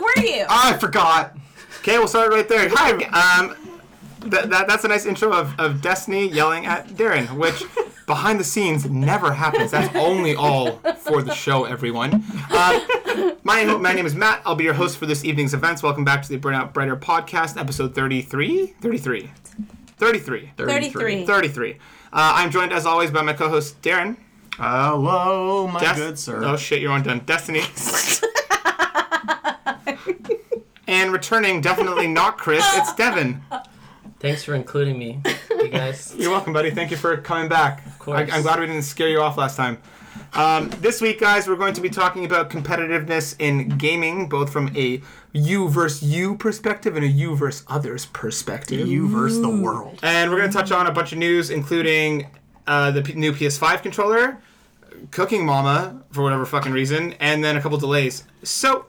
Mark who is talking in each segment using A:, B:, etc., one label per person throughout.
A: I forgot. Okay, we'll start right there. Hi. Um, that, that, that's a nice intro of, of Destiny yelling at Darren, which behind the scenes never happens. That's only all for the show, everyone. Uh, my, my name is Matt. I'll be your host for this evening's events. Welcome back to the Burnout Brighter podcast, episode 33? 33. 33.
B: 33.
A: 33. Uh, I'm joined, as always, by my co host, Darren.
C: Hello, my
A: Des-
C: good sir.
A: Oh, shit, you're on done. Destiny. and returning, definitely not Chris, it's Devin.
D: Thanks for including me, you guys.
A: You're welcome, buddy. Thank you for coming back. Of
D: course.
A: I, am glad we didn't scare you off last time. Um, this week, guys, we're going to be talking about competitiveness in gaming, both from a you versus you perspective and a you versus others perspective.
C: you versus the world.
A: And we're going to touch on a bunch of news, including uh, the P- new PS5 controller, Cooking Mama, for whatever fucking reason, and then a couple delays. So,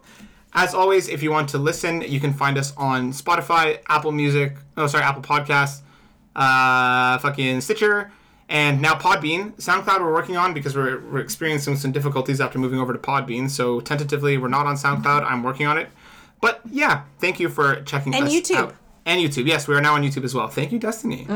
A: as always, if you want to listen, you can find us on Spotify, Apple Music, oh, sorry, Apple Podcasts, uh, fucking Stitcher, and now Podbean. SoundCloud we're working on because we're, we're experiencing some difficulties after moving over to Podbean. So, tentatively, we're not on SoundCloud. I'm working on it. But yeah, thank you for checking
B: And
A: us
B: YouTube. Mm.
A: out. And YouTube. Yes, we are now on YouTube as well. Thank you, Destiny.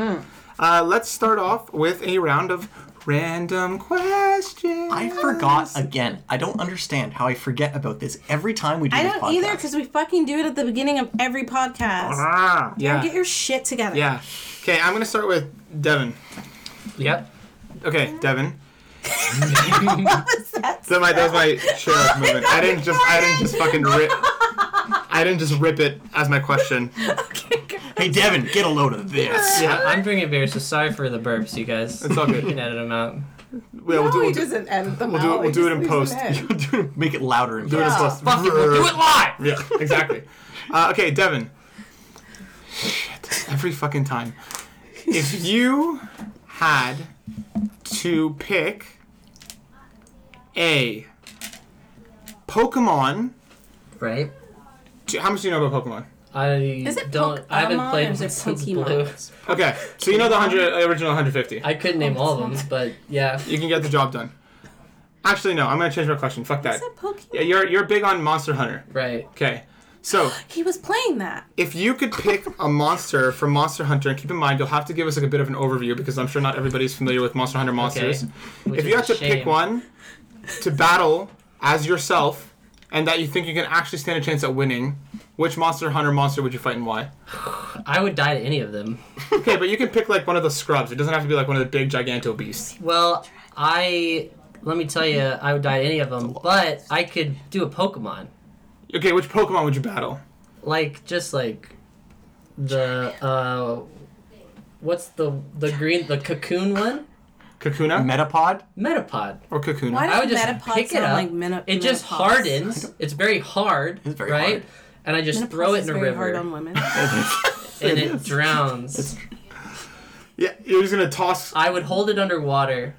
A: Uh, let's start off with a round of random questions.
C: I forgot again. I don't understand how I forget about this every time we do
B: I
C: this
B: don't either
C: podcast.
B: because we fucking do it at the beginning of every podcast.
A: Ah, yeah.
B: Get your shit together.
A: yeah. Okay, I'm going to start with Devin.
D: Yep.
A: Okay, Devin.
B: That's
A: That my that was my sheriff moment. I didn't just I didn't just fucking rip I didn't just rip it as my question.
C: Hey, Devin, get a load of this.
A: Yeah.
D: I'm drinking beer, so sorry for the burps, you guys. It's
A: all good.
D: You can edit them out.
A: We'll, we'll do, we'll do,
B: doesn't edit them
A: we'll do it. We'll do it in post.
C: Make it louder and
A: Do it in
C: better.
A: post.
D: Do it live!
A: Yeah, exactly. Uh, okay, Devin. Shit, every fucking time. If you had to pick a Pokemon,
D: Right?
A: do- how much do you know about Pokemon?
D: I
B: Is it
D: don't. I haven't
B: Pokemon
D: played
B: or is it
D: since
B: Pokemon?
D: Blue.
A: Okay, so you know the hundred uh, original 150.
D: I could name all of them, but yeah.
A: You can get the job done. Actually, no, I'm gonna change my question. Fuck that.
B: Is that Pokemon?
A: Yeah, you're you're big on Monster Hunter.
D: Right.
A: Okay, so
B: He was playing that.
A: if you could pick a monster from Monster Hunter, and keep in mind you'll have to give us like a bit of an overview because I'm sure not everybody's familiar with Monster Hunter
D: Okay.
A: monsters.
D: Which
A: if
D: is
A: you
D: a
A: have to pick
D: shame.
A: one to battle as yourself and that you think you can actually stand a chance at winning, which Monster Hunter monster would you fight and why?
D: I would die to any of them.
A: Okay, but you can pick like one of the scrubs. It doesn't have to be like one of the big giganto beasts.
D: Well, I. Let me tell you, I would die to any of them, but I could do a Pokemon.
A: Okay, which Pokemon would you battle?
D: Like, just like. The. uh... What's the the green the cocoon one?
A: Kakuna
C: Metapod?
D: Metapod.
A: or Kakuna?
B: Why
D: I would
B: does
D: just
B: Metapod
D: pick it
B: sound
D: up.
B: like meno-
D: it just
B: menopause?
D: hardens. It's very hard,
C: It's very
D: right?
C: hard.
D: And I just
B: Menopause
D: throw it
B: is
D: in a
B: very Hard
D: river,
B: on women.
D: and it drowns.
A: yeah, you're just gonna toss.
D: I would hold it underwater,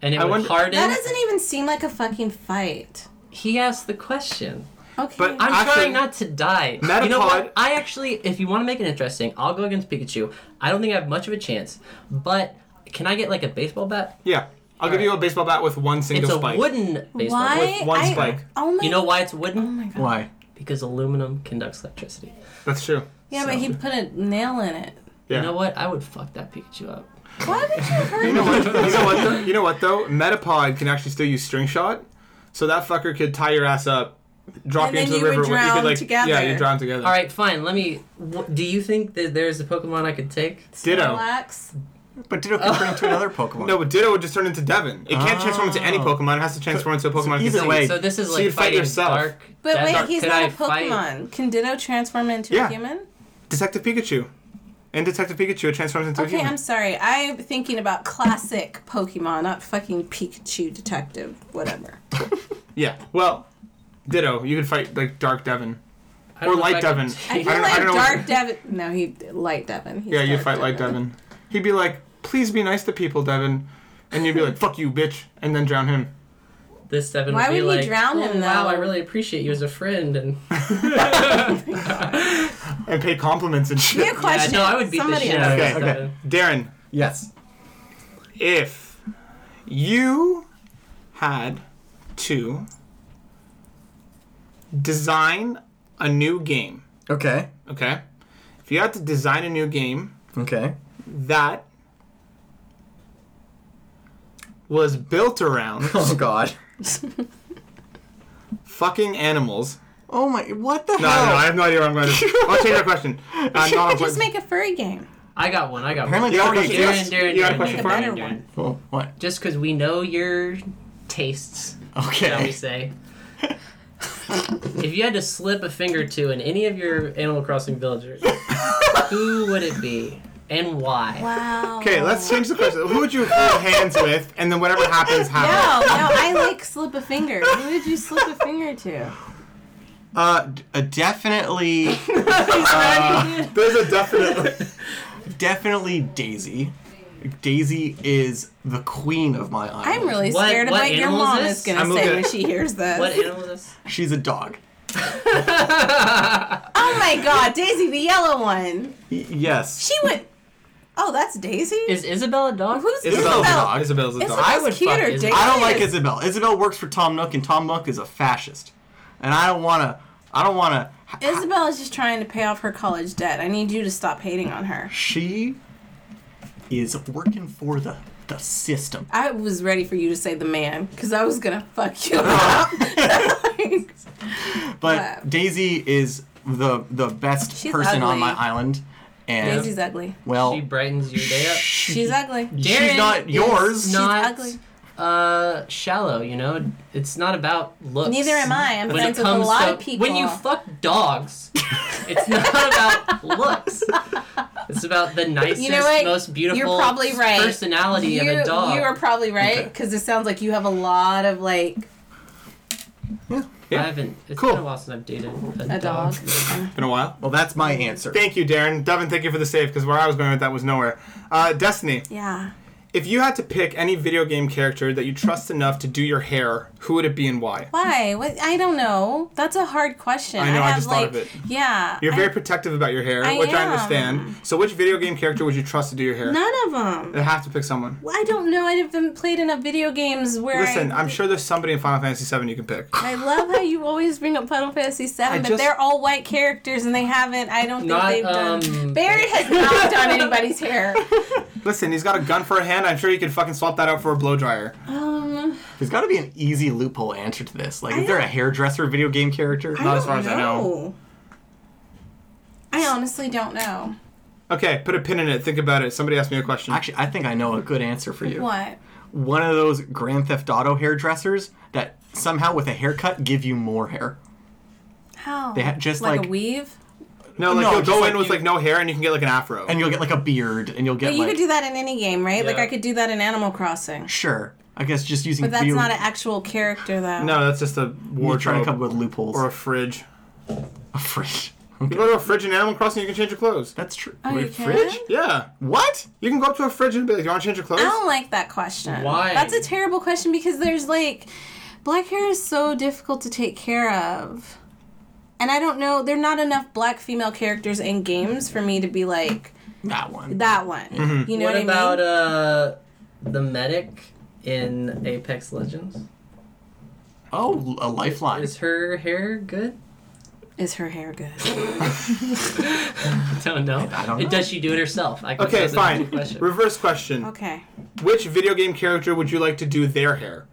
D: and it
A: I
D: would
A: wonder-
D: harden.
B: that doesn't even seem like a fucking fight.
D: He asked the question.
B: Okay.
A: But
D: I'm
A: Actually-
D: trying not to die. You know
A: Metapod-
D: what? I actually, if you want to make it interesting, I'll go against Pikachu. I don't think I have much of a chance, but can I get like a baseball bat?
A: Yeah, I'll give you a baseball bat with one single
D: It's a
A: spike.
D: wooden baseball.
B: why?
D: bat.
A: with one
B: I-
A: spike.
B: Oh my.
D: You know why it's wooden?
C: Why?
D: Because aluminum conducts electricity.
A: That's true.
B: Yeah, but he put a nail in it.
A: Yeah.
D: You know what? I would fuck that Pikachu up.
B: Why would you hurt?
A: You know what? You know what? Though? You know what though? Metapod can actually still use string shot, so that fucker could tie your ass up, drop
B: And
A: you
B: then
A: into the
B: you
A: river.
B: would
A: when-
B: drown
A: like, Yeah,
B: together.
A: you drown together.
D: All right, fine. Let me. wh- do you think that there's a Pokemon I could take?
A: Ditto.
B: Relax.
C: But Ditto can turn into another Pokemon.
A: No, but Ditto would just turn into Devin. It can't transform into any
C: Oh.
A: Pokemon. It has to transform into a Pokemon.
C: either
A: it's-
C: way-
D: Ah. So this is
A: So
D: like
A: you'd fight
D: fighting
A: yourself.
D: dark.
B: But
D: dark-
B: wait,
D: dark.
B: he's
D: Could
B: not
D: I
B: a
D: fight-
B: Pokemon. Can Ditto transform into
A: Yeah.
B: a human?
A: Detective Pikachu. And Detective Pikachu, it transforms into a
B: Okay,
A: human.
B: I'm sorry. I'm thinking about classic Pokemon, not fucking Pikachu detective, whatever.
A: Yeah. Well, Ditto. You could fight like Dark Devin or
D: I don't know if
A: Light
D: I could
A: Devin.
B: I feel
A: don't-
B: like
A: don't know what-
B: Dark Devin. No, he Light Devin. He's
A: Yeah, you'd
B: Dark
A: fight Light Devin. He'd be like, "Please be nice to people, Devin," and you'd be like, "Fuck you, bitch," and then drown him.
D: This Devin
B: Why
D: would be
B: would he
D: like,
B: drown
D: "Oh,
B: him,
D: Wow,
B: though?"
D: I really appreciate you as a friend. And
A: and pay compliments and shit.
B: New question.
D: Yeah, no, I would beat the
B: Somebody
D: shit
B: else.
D: out of
A: Okay,
D: this
C: okay.
D: Devin.
A: Darren,
C: Yes.
A: if you had to design a new game.
C: Okay.
A: Okay. If you had to design a new game
C: Okay.
A: that was built around
C: Oh God.
A: fucking animals.
C: Oh my. What the
A: No, no,
C: hell?
A: no, I have no idea what I'm going to. I'll change that question. Uh, no,
B: Just make a furry game.
D: I got one. I got
C: Apparently
D: one.
A: you got a
C: Darren,
A: question?
D: Darren, Darren,
A: you got a
D: Darren,
A: question
B: Darren,
A: for
B: Darren.
A: me?
D: Darren, Darren.
C: Well, Oh, what?
D: Just because we know your tastes, shall we
C: Okay.
D: say? if you had to slip a finger to in any of your Animal Crossing villagers, who would it be and why?
B: Wow.
A: Okay, let's change the question. Who would you hold hands with, and then whatever happens,
B: No,
A: happens.
B: no, I like slip a finger. Who would you slip a finger to?
C: Uh, d- uh, definitely,
A: There's a definite.
C: definitely Daisy. Daisy is the queen of my island.
B: I'm really
D: What-
B: scared of
D: what
B: what your
D: animal is
B: mom
D: this?
B: is gonna
A: I'm
B: say
A: looking-
B: when she hears this.
D: What animal is this?
C: She's a dog.
B: oh my god, Daisy, the yellow one.
C: Y- yes.
B: She went. Oh, that's Daisy.
D: Is Isabella a dog?
B: Who's
A: Isabel's
B: Isabel?
A: a dog. Isabel's a
B: Isabel's
A: dog.
D: I would
B: cuter.
D: fuck Isabel.
B: Daisy
C: I don't like
B: is-
C: Isabel. Isabel works for Tom Nook, and Tom Nook is a fascist. And I don't wanna. I don't wanna.
B: Isabel is just trying to pay off her college debt. I need you to stop hating on her.
C: She is working for the the system.
B: I was ready for you to say the man because I was gonna fuck you up. Like,
C: But
B: Wow.
C: Daisy is the the best
B: She's
C: person on
B: ugly.
C: my island, and
B: Daisy's ugly.
C: well,
D: She brightens your day up.
B: She's ugly.
C: she's
D: Darren
C: not
D: is
C: yours.
D: not-
B: ugly.
D: Uh, shallow. You know, it's not about looks.
B: Neither am I. I'm
D: When
B: friends
D: it
B: with a
D: comes
B: lot
D: to-
B: of people.
D: When you fuck dogs, it's not about looks. It's about the nicest,
B: what?
D: most beautiful
B: You're probably right.
D: personality
B: you,
D: of a dog.
B: you are probably right because it sounds like you have a lot of like
D: I haven't. It's
A: Cool.
D: been a while since I've dated a,
B: a dog.
A: Been a while.
C: Well, that's my answer.
A: Thank you, Darren. Devin, thank you for the save because where I was going with that was nowhere. Uh, Destiny,
B: yeah.
A: if you had to pick any video game character that you trust enough to do your hair, who would it be and why?
B: Why? What? I don't know. That's a hard question.
A: I know, I
B: have
A: just
B: like,
A: thought of it.
B: Yeah.
A: You're
B: I-
A: very protective about your hair,
B: I
A: which I
B: am.
A: understand. So, which video game character would you trust to do your hair?
B: none of them.
A: I have to pick someone.
B: I don't know. I haven't played enough video games where
A: Listen,
B: I,
A: I'm sure there's somebody in Final Fantasy VII you can pick.
B: I love how you always bring up Final Fantasy VII, but
A: just-
B: they're all white characters and they haven't. I don't think
D: Not,
B: they've done.
D: um,
B: Barry has not done anybody's hair.
A: Listen, he's got a gun for a hand. I'm sure you could fucking swap that out for a blow dryer.
B: Um,
C: There's got to be an easy loophole answer to this. Like, is there a hairdresser video game character?
B: I
A: Not
B: don't
A: as far as I know.
B: I honestly don't know
A: Okay, put a pin in it. Think about it. Somebody asked me a question.
C: Actually, I think I know a good answer for you.
B: what.
C: One of those Grand Theft Auto hairdressers that somehow with a haircut give you more hair.
B: How?
C: They ha- just
B: like,
C: like-
B: a weave.
A: no, like
C: no,
A: you'll go
C: just like
A: in with
C: you-
A: like no hair and you can get like an afro.
C: And you'll get like a beard and you'll get
B: But you
C: like
B: could do that in any game, right? Like
D: Yeah.
B: I could do that in Animal Crossing.
C: sure. I guess just using
B: But that's
C: video
B: not an actual character, though.
A: no, that's just a
C: we're trying
A: wardrobe
C: to come up with loopholes.
A: or a fridge.
C: a fridge.
A: You go to a fridge in Animal Crossing, you can change your clothes.
C: That's true.
B: Oh,
C: Wait,
B: you can?
C: fridge?
A: Yeah,
C: What?
A: you can go up to a fridge and be like, "You want to change your clothes?"
B: I don't like that question.
D: Why?
B: That's a terrible question because there's like black hair is so difficult to take care of. And I don't know, there're not enough black female characters in games for me to be like
C: That one.
B: that one.
A: Mm-hmm.
B: You know what,
D: what about
B: I mean?
D: uh, the medic in Apex Legends?
C: Oh, a lifeline.
D: Is her hair good?
B: is her hair good?
D: Don't know.
C: I don't know.
D: Does she do it herself? I can
A: Okay,
D: that's a good
A: fine.
D: question.
A: Reverse question:
B: Okay.
A: Which video game character would you like to do their hair?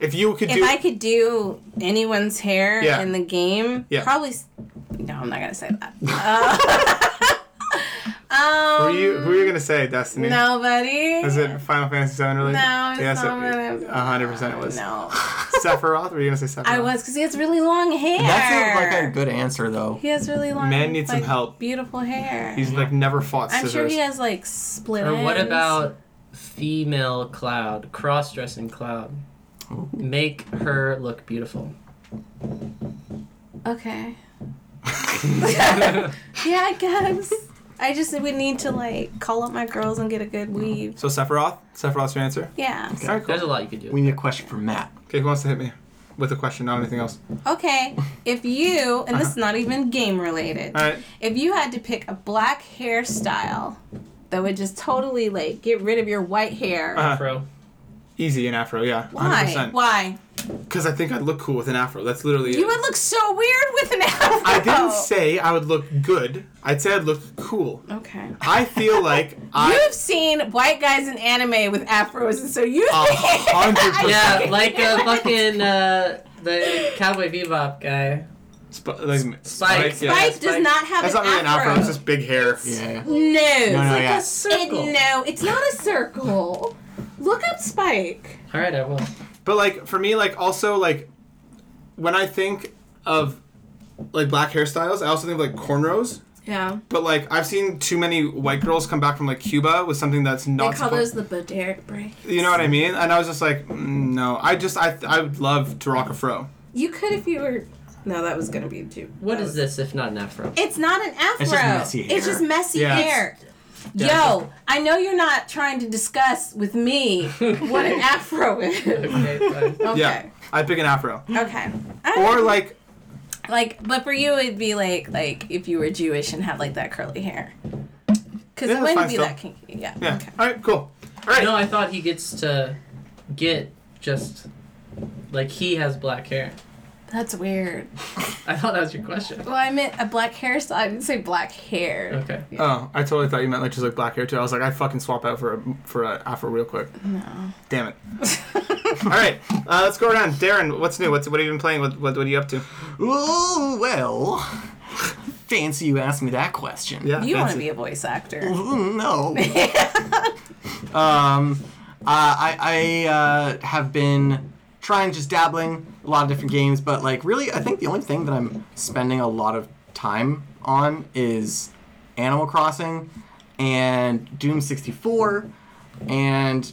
A: If you could do,
B: If I could do anyone's hair
A: Yeah.
B: in the game,
A: Yeah.
B: probably. s- No, I'm not gonna say that.
A: who
B: Uh,
A: are
B: um,
A: you who are you gonna say, Destiny?
B: nobody.
A: Is it Final Fantasy VII related?
B: No, it's
A: yes,
B: not
A: it-
B: gonna-
A: 100% it was.
B: No,
A: Sephiroth? Were you gonna say Sephiroth?
B: I was because he has really long hair.
C: That sounds like a good answer though.
B: He has really long.
A: Man needs some
B: like,
A: help.
B: Beautiful hair.
A: He's like never fought
B: I'm
A: scissors.
B: sure he has like split.
D: Or what
B: ends.
D: about female Cloud, cross-dressing Cloud? Make her look beautiful.
B: Okay. yeah, I guess. I just would need to like call up my girls and get a good weave.
A: So Sephiroth? Sephiroth's your answer?
B: Yeah.
A: All right, cool.
D: There's a lot you could do.
C: We need a question for Matt.
A: Okay, who wants to hit me with a question, not anything else?
B: Okay, if you, and this is not even game related,
A: All right.
B: if you had to pick a black hairstyle that would just totally like get rid of your white hair,
A: Uh-huh.
D: Afro.
A: Easy and afro, yeah.
B: why?
A: 100%.
B: Why?
A: Because I think I'd look cool with an afro. That's literally
B: You
A: it.
B: would look so weird with an afro.
A: I didn't say I would look good. I'd say I'd look cool.
B: Okay.
A: I feel like I
B: You've seen white guys in anime with afros, and so you
A: a
B: think
A: hundred percent.
D: Yeah, like a fucking uh, the Cowboy Bebop guy.
A: Sp- like, Spike. yeah.
B: Spike
D: Spike-
B: does not have
A: That's
B: an
A: not really an afro. It's just big hair.
B: No,
C: Yeah.
B: it's
C: no,
B: like
C: Oh, yeah.
B: a circle.
D: Circle.
B: no, it's not a circle. Look up Spike.
D: All right, I will.
A: But like for me, like also like when I think of like black hairstyles, I also think of like cornrows.
B: Yeah.
A: But like I've seen too many white girls come back from like Cuba with something that's
B: They
A: not.
B: call
A: suppo-
B: those the Boderic braids.
A: you know what I mean? And I was just like, mm, no. I just I I would love to rock a fro.
B: You could if you were. No, that was gonna be too.
D: What
B: that
D: is
B: was-
D: this if not an afro?
B: It's not an afro.
C: It's just messy
B: It's
C: hair.
B: just messy
A: Yeah.
B: hair. Yo, I know you're not trying to discuss with me what an afro is. Okay.
D: Okay, fine.
A: Yeah, I'd pick an afro
B: Okay.
A: or like
B: like, but for you it'd be like like if you were Jewish and had like that curly hair. Because
A: Yeah,
B: it
A: that's
B: wouldn't
A: fine
B: be
A: still.
B: that kinky. Yeah.
A: yeah.
B: Okay.
A: All right, cool. All right.
D: No, I thought he gets to get just like he has black hair.
B: That's weird.
D: I thought that was your question.
B: Well, I meant a black hair. So I didn't say black hair.
D: Okay.
A: Oh, I totally thought you meant like just like black hair too. I was like, I fucking swap out for a for a afro real quick.
B: No.
A: Damn it. All right, uh, let's go around. Darren, what's new? What's what have you been playing? What what, what are you up to?
C: Ooh, well, fancy you asked me that question.
A: Yeah,
B: you want to
A: fancy.
B: be a voice actor.
C: Mm, No. um, uh, I, I uh, have been trying just dabbling a lot of different games, but like really, I think the only thing that I'm spending a lot of time on is Animal Crossing and Doom 64, and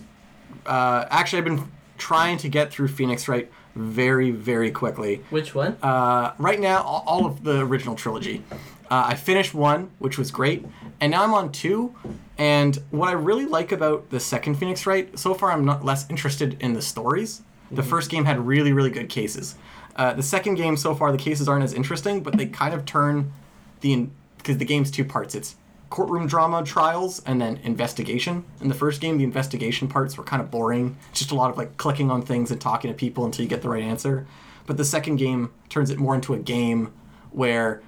C: uh, actually, I've been trying to get through Phoenix Wright very, very quickly
D: Which one?
C: uh, right now all, all of the original trilogy. Uh, I finished one, which was great, and now I'm on two. And what I really like about the second Phoenix Wright, so far I'm not less interested in the stories. The first game had really, really good cases. Uh, the second game, so far, the cases aren't as interesting, but they kind of turn the because the game's two parts. It's courtroom drama trials and then investigation. In the first game, the investigation parts were kind of boring. Just a lot of like clicking on things and talking to people until you get the right answer. But the second game turns it more into a game where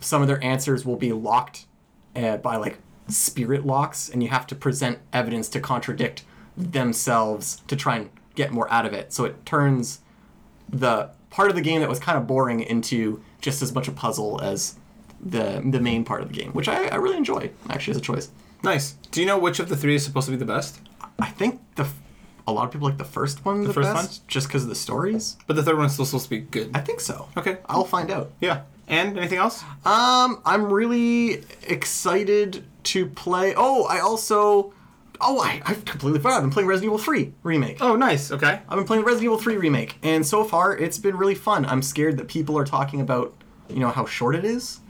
C: some of their answers will be locked uh, by like spirit locks, and you have to present evidence to contradict themselves to try and get more out of it. So it turns the part of the game that was kind of boring into just as much a puzzle as the the main part of the game, which I, I really enjoy actually as a choice.
A: Nice. Do you know which of the three is supposed to be the best?
C: I think the f- a lot of people like the first one the,
A: first
C: best just because of the stories.
A: But the third one's still supposed to be good.
C: I think so.
A: Okay.
C: I'll find out.
A: Yeah. And anything else?
C: Um, I'm really excited to play. Oh, I also. Oh, I, I've completely forgot. I've been playing Resident Evil 3 Remake.
A: Oh, nice. Okay.
C: I've been playing Resident Evil 3 Remake, and so far it's been really fun. I'm scared that people are talking about, you know, how short it is.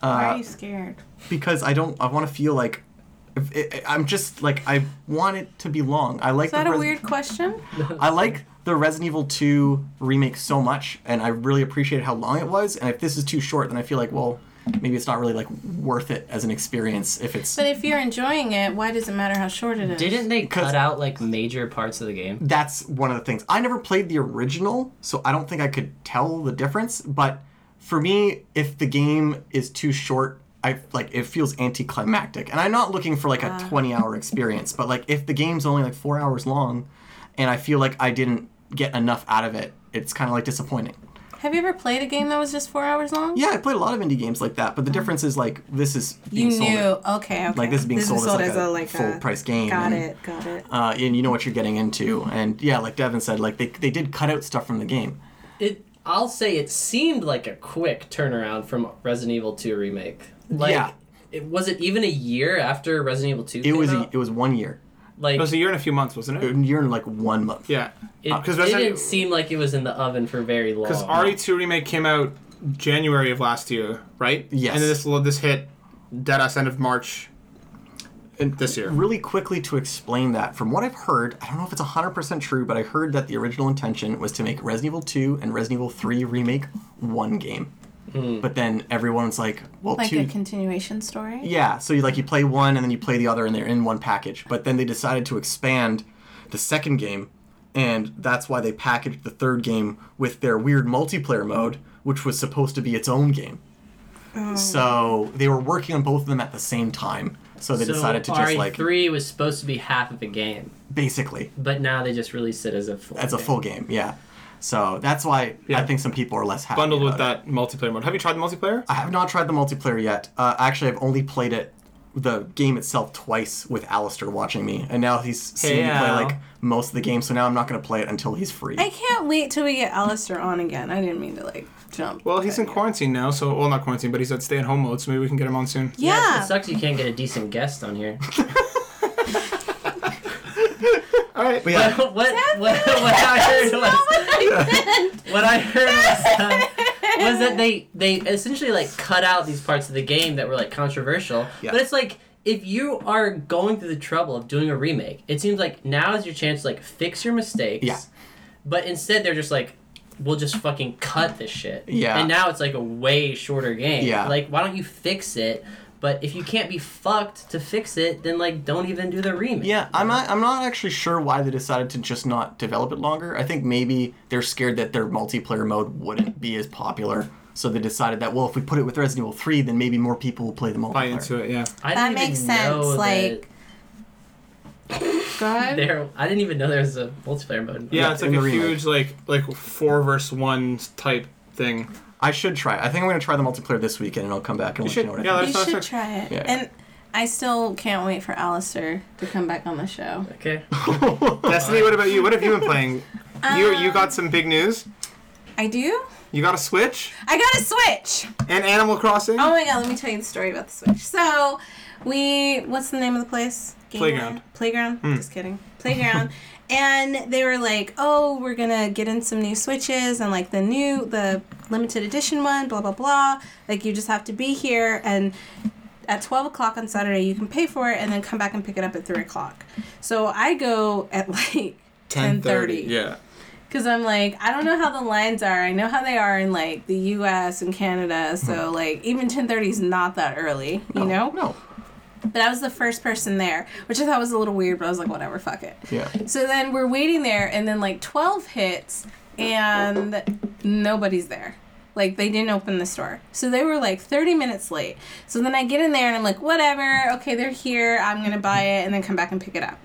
B: Why are you scared?
C: because I don't. I want to feel like if it, I'm just like I want it to be long. I like
B: Is that
C: the
B: a
C: Resi-
B: weird question?
C: I like the Resident Evil 2 remake so much, and I really appreciate how long it was. And if this is too short, then I feel like well, maybe it's not really like worth it as an experience if it's.
B: But if you're enjoying it, why does it matter how short it is?
D: Didn't they
C: 'Cause-
D: cut out like major parts of the game?
C: that's one of the things. I never played the original, so I don't think I could tell the difference. But for me, if the game is too short, I like it feels anticlimactic. And I'm not looking for like a 20 hour experience, but like if the game's only like four hours long, and I feel like I didn't get enough out of it, it's kind of like disappointing.
B: Have you ever played a game that was just four hours long?
C: Yeah, I played a lot of indie games like that, but the difference is like this is being
B: You
C: sold
B: knew.
C: at-
B: Okay, okay.
C: like this is being sold, as, like a, full
B: a-
C: price game.
B: Got
C: and-
B: it. Got it.
C: uh, and you know what you're getting into. And yeah, like Devin said, like they, they did cut out stuff from the game.
D: It. I'll say it seemed like a quick turnaround from Resident Evil 2 remake. Like,
C: Yeah.
D: It, was it even a year after Resident Evil 2?
C: It was a, it was one year,
D: like
A: It was a year and a few months, wasn't
C: a
A: it?
C: year and like one month.
A: Yeah.
D: It
A: Because
D: didn't
A: Resident
D: seem like it was in the oven for very long.
A: because
C: E
A: RE2 remake came out January of last year, right?
C: Yes.
A: And then this this hit dead ass end of March
C: And
A: this year.
C: Really quickly to explain that, from what I've heard, I don't know if it's 100% true, but I heard that the original intention was to make Resident Evil 2 and Resident Evil 3 remake one game. But then everyone's like, well,
B: like
C: two.
B: a continuation story.
C: yeah, so you like you play one and then you play the other and they're in one package. But then they decided to expand the second game and that's why they packaged the third game with their weird multiplayer mode, which was supposed to be its own game. So they were working on both of them at the same time. So they
D: so E
C: decided to just like
D: three was supposed to be half of a game,
C: basically
D: but now they just released it as a full.
C: as a
D: game.
C: full game, yeah. So that's why I
A: Yeah.
C: think some people are less happy.
A: Bundled with
C: about it.
A: that multiplayer mode. Have you tried the multiplayer?
C: I have not tried the multiplayer yet. Uh, actually, I've only played it, the game itself, twice with Alistair watching me, and now he's seen me
A: Hey,
C: play
A: Al.
C: like most of the game. So now I'm not going to play it until he's free.
B: I can't wait till we get Alistair on again. I didn't mean to like jump.
A: Well, he's in quarantine now, so well, not quarantine, but he's at stay-at-home mode, so maybe we can get him on soon.
D: Yeah,
B: yeah.
D: it sucks you can't get a decent guest on here.
A: All right,
C: But
D: what,
C: yeah,
D: what, what, what I heard was what I heard was, um, was that they they essentially like cut out these parts of the game that were like controversial.
C: Yeah.
D: But it's like if you are going through the trouble of doing a remake, it seems like now is your chance to like fix your mistakes.
C: Yeah.
D: But instead, they're just like. We'll just fucking cut this shit.
C: Yeah.
D: And now it's like a way shorter game.
C: Yeah.
D: Like, why don't you fix it? But if you can't be fucked to fix it, then like don't even do the remake.
C: yeah, I'm not. I'm not actually sure why they decided to just not develop it longer. I think maybe they're scared that their multiplayer mode wouldn't be as popular. So they decided that well, if we put it with Resident Evil 3, then maybe more people will play the multiplayer.
A: buy into it. Yeah.
D: I
B: That
D: didn't even
B: makes
D: know
B: sense,
D: that
B: like- God.
D: there, I didn't even know there was a multiplayer mode.
A: Yeah,
C: Yeah,
A: it's
C: in
A: like a
C: the remake.
A: huge like like four versus one type thing.
C: I should try. I think I'm going to try the multiplayer this weekend, and I'll come back and let
A: should.
C: you know what
A: Yeah,
C: I
A: that's-
C: think.
B: You should try it.
C: Yeah.
B: And I still can't wait for Alistair to come back on the show.
D: Okay.
A: Destiny, what about you? What have you been playing? you
C: Um,
A: you got some big news.
B: I do?
A: You got a Switch
B: I got a Switch!
A: and Animal Crossing.
B: Oh my god, let me tell you the story about the Switch. So, we. What's the name of the place? Game
A: Playground.
B: Land? Playground? Just kidding. Playground. and they were like, oh, we're gonna get in some new Switches and like the new, the limited edition one, blah, blah, blah. Like, you just have to be here and at 12 o'clock on Saturday, you can pay for it and then come back and pick it up at 3 o'clock. So I go at like 10.30.
A: Yeah.
B: Because I'm like, I don't know how the lines are. I know how they are in like the US and Canada. So, like, even 10.30 is not that early, you know?
C: Mm-hmm. No.
B: But I was the first person there, which I thought was a little weird, but I was like, whatever, fuck it.
C: Yeah.
B: So then we're waiting there, and then like 12 hits, and nobody's there. Like they didn't open the store. So they were like 30 minutes late. So then I get in there and I'm like, whatever, okay, they're here. I'm going to buy it and then come back and pick it up.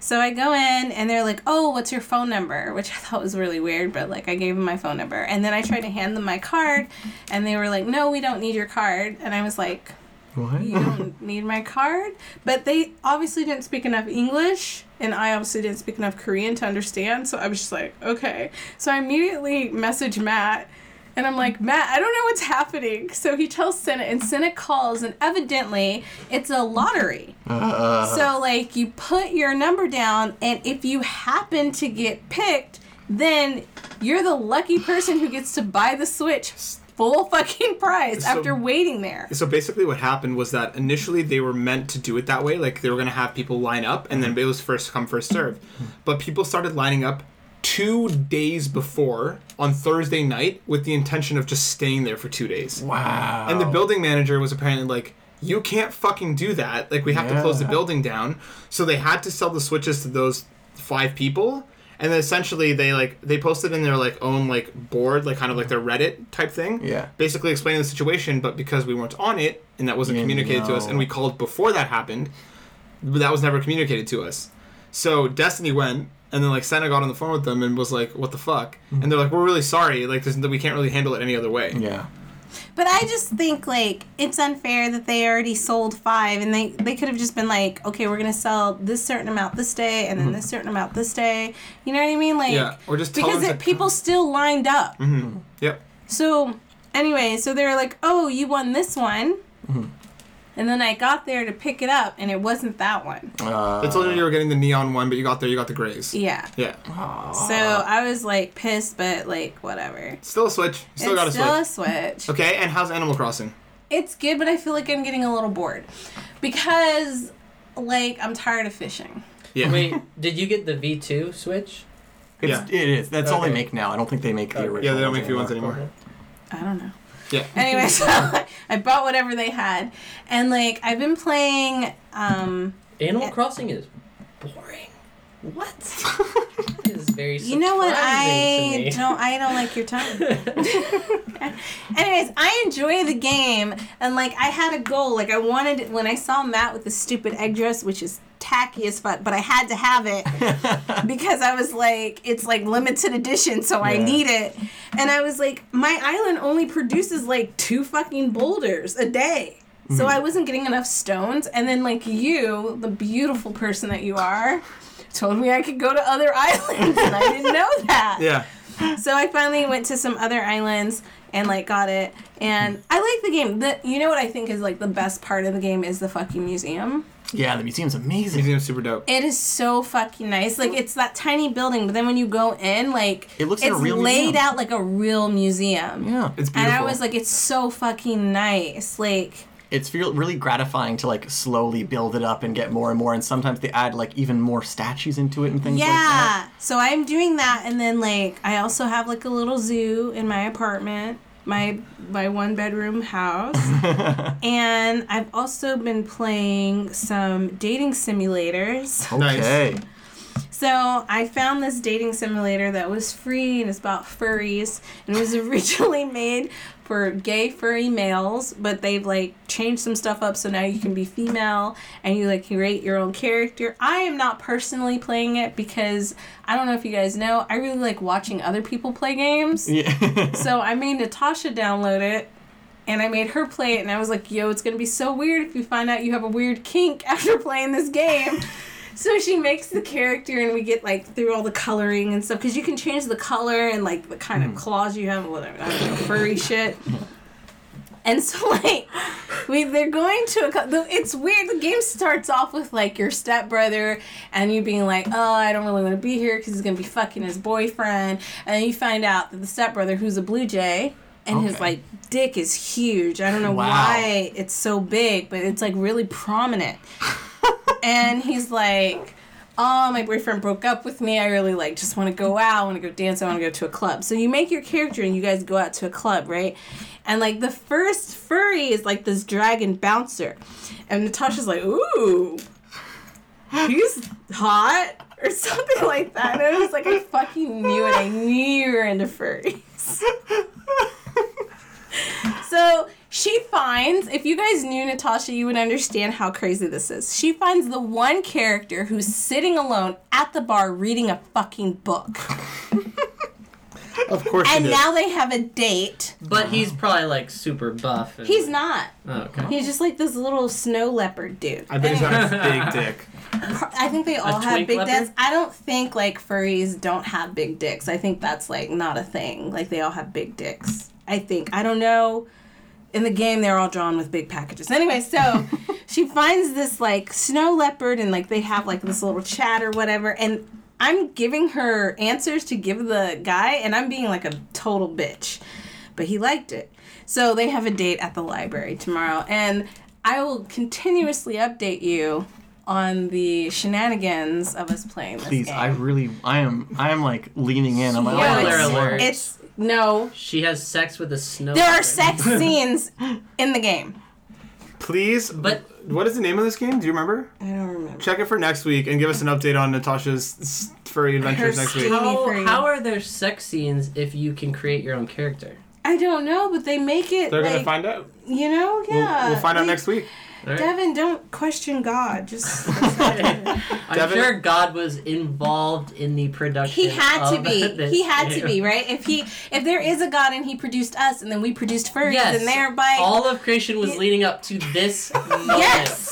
B: So I go in and they're like, oh, what's your phone number? Which I thought was really weird, but like I gave them my phone number. And then I tried to hand them my card and they were like, no, we don't need your card. And I was like, you
C: What?
B: don't need my card. But they obviously didn't speak enough English, and I obviously didn't speak enough Korean to understand. So I was just like, okay. So I immediately message Matt, and I'm like, Matt, I don't know what's happening. So he tells Senna, and Senna calls, and evidently it's a lottery. So, like, you put your number down, and if you happen to get picked, then you're the lucky person who gets to buy the Switch full fucking price after waiting there.
A: So basically, what happened was that initially they were meant to do it that way, like they were gonna have people line up, and then it was first come first serve. But people started lining up two days before on Thursday night with the intention of just staying there for two days.
C: Wow.
A: And the building manager was apparently like, "You can't fucking do that. Like we have to close the
C: Yeah.
A: building down." So they had to sell the switches to those five people. And then essentially they like they posted in their like own like board, like kind of like their Reddit type thing.
C: Yeah.
A: Basically explaining the situation, but because we weren't on it and that wasn't
C: You didn't
A: communicated to us
C: know.
A: and we called before that happened, but that was never communicated to us. So Destiny went, and then like Santa got on the phone with them and was like, "What the fuck?" And they're like, "We're really sorry. Like, there's, we can't really handle it any other way."
C: Mm-hmm. Yeah.
B: But I just think like it's unfair that they already sold five, and they they could have just been like, okay, we're gonna sell this certain amount this day, and then this certain amount this day. You know what I mean? Like,
A: Mm-hmm. Yeah, or just tell
B: because
A: them
B: it,
A: to- Mm-hmm.
B: people still lined up.
A: Yep.
B: So anyway, so they were like, oh, you won this one.
A: Mm-hmm.
B: And then I got there to pick it up, and it wasn't that one.
A: They
C: Uh,
A: told you you were getting the neon one, but you got there, you got the grays.
B: Yeah.
A: Yeah.
B: So
C: uh,
B: I was like pissed, but like whatever.
A: Still a Switch. Ah. You Still
B: it's
A: got
B: still
A: a Switch.
B: a switch.
A: Okay, and how's Animal Crossing?
B: it's good, but I feel like I'm getting a little bored because, like, I'm tired of fishing.
A: Yeah.
D: Wait, did you get the V2 Switch?
C: it's,
A: Yeah. Uh,
C: It is. That's all they
D: Okay.
C: make now. I don't think they make the
D: Okay.
C: original.
A: Yeah, they don't make new ones anymore.
D: Okay.
B: I don't know.
A: Yeah.
B: Anyway, so I bought whatever they had, and like I've been playing. um
D: Animal Crossing is boring.
B: What?
D: It is very
B: You know what?
D: surprising
B: I
D: to me.
B: don't. I don't like your tone. Anyways, I enjoy the game, and like I had a goal. Like I wanted when I saw Matt with the stupid egg dress, which is tacky as fuck, but I had to have it because I was like, it's like limited edition, so I
D: Yeah.
B: need it. And I was like, my island only produces like two fucking boulders a day. So
C: Hmm.
B: I wasn't getting enough stones, and then like you, the beautiful person that you are, told me I could go to other islands, and I didn't know that.
A: Yeah.
B: So I finally went to some other islands and like got it,
C: Hmm.
B: and I like the game. The you know what I think is like the best part of the game is the fucking museum.
C: Yeah, the museum's amazing.
A: Museum's super dope.
B: It is so fucking nice. Like it's that tiny building, but then when you go in, like
C: It looks like
B: it's
C: a real
B: laid
C: museum.
B: out like a real museum.
C: Yeah,
A: It's
B: And
A: beautiful.
B: I was like, it's so fucking nice. Like
C: it's feel really gratifying to like slowly build it up and get more and more. And sometimes they add like even more statues into it and things
B: yeah.
C: like that.
B: So I'm doing that, and then like I also have like a little zoo in my apartment, my my one bedroom house, and I've also been playing some dating simulators.
A: Nice.
C: Okay.
B: So I found this dating simulator that was free and it's about furries and it was originally made for gay furry males, but they've like changed some stuff up so now you can be female and you like create your own character. I am not personally playing it because I don't know if you guys know, I really like watching other people play games.
C: Yeah.
B: So I made Natasha download it and I made her play it and I was like, yo, it's gonna be so weird if you find out you have a weird kink after playing this game. so she makes the character and we get like through all the coloring and stuff because you can change the color and like the kind of claws you have, whatever, I don't know, furry shit. And so like we they're going to a co- the- it's weird the game starts off with like your stepbrother and you being like oh I don't really want to be here because he's gonna be fucking his boyfriend and then you find out that the stepbrother who's a blue jay and his
C: Okay.
B: like dick is huge I don't know
C: Wow.
B: why it's so big but it's like really prominent and he's like oh my boyfriend broke up with me I really like just want to go out I want to go dance I want to go to a club so you make your character and you guys go out to a club right and like the first furry is like this dragon bouncer. And Natasha's like, ooh, he's hot or something like that. And I was like, I fucking knew it. I knew you were into furries. so she finds, if you guys knew Natasha, you would understand how crazy this is. She finds the one character who's sitting alone at the bar reading a fucking book.
A: of course
B: And
A: you did.
B: now they have a date.
D: But he's probably like super buff. and-
B: He's not.
D: Oh, okay.
B: He's just like this little snow leopard dude.
A: I bet he's got a big dick.
B: I think they all have
D: twink
B: big
D: leopard?
B: dicks. I don't think like furries don't have big dicks. I think that's like not a thing. Like they all have big dicks. I think. I don't know. In the game, they're all drawn with big packages. Anyway, so she finds this like snow leopard and like they have like this little chat or whatever. And I'm giving her answers to give the guy and I'm being like a total bitch. But he liked it. So they have a date at the library tomorrow. And I will continuously update you on the shenanigans of us playing this
C: Please,
B: game.
C: I really, I am, I am like leaning in. I'm like, oh,
D: Spoiler
C: it's-
D: alert.
B: It's no.
D: She has sex with a snow.
B: There are
D: leopard.
B: sex scenes in the game.
A: Please.
D: But-
A: what is the name of this game? Do you remember?
B: I don't remember.
A: Check it for next week and give us an update on Natasha's s- furry adventures next week.
B: skin-
D: How,
B: Free.
D: how are there sex scenes if you can create your own character?
B: I don't know, but they make it.
A: They're gonna
B: like,
A: find out.
B: You know,
A: We'll,
B: yeah.
A: we'll find out
B: like,
A: next week.
D: All right.
B: Devin, don't question God. Just
D: I'm
A: Devin-
D: sure God was involved in the production.
B: he had to
D: of
B: be.
D: this
B: He had to
D: game.
B: be right. If he, if there is a God and he produced us and then we produced furries
D: Yes.
B: and thereby
D: All of creation was leading up to this moment.
B: Yes.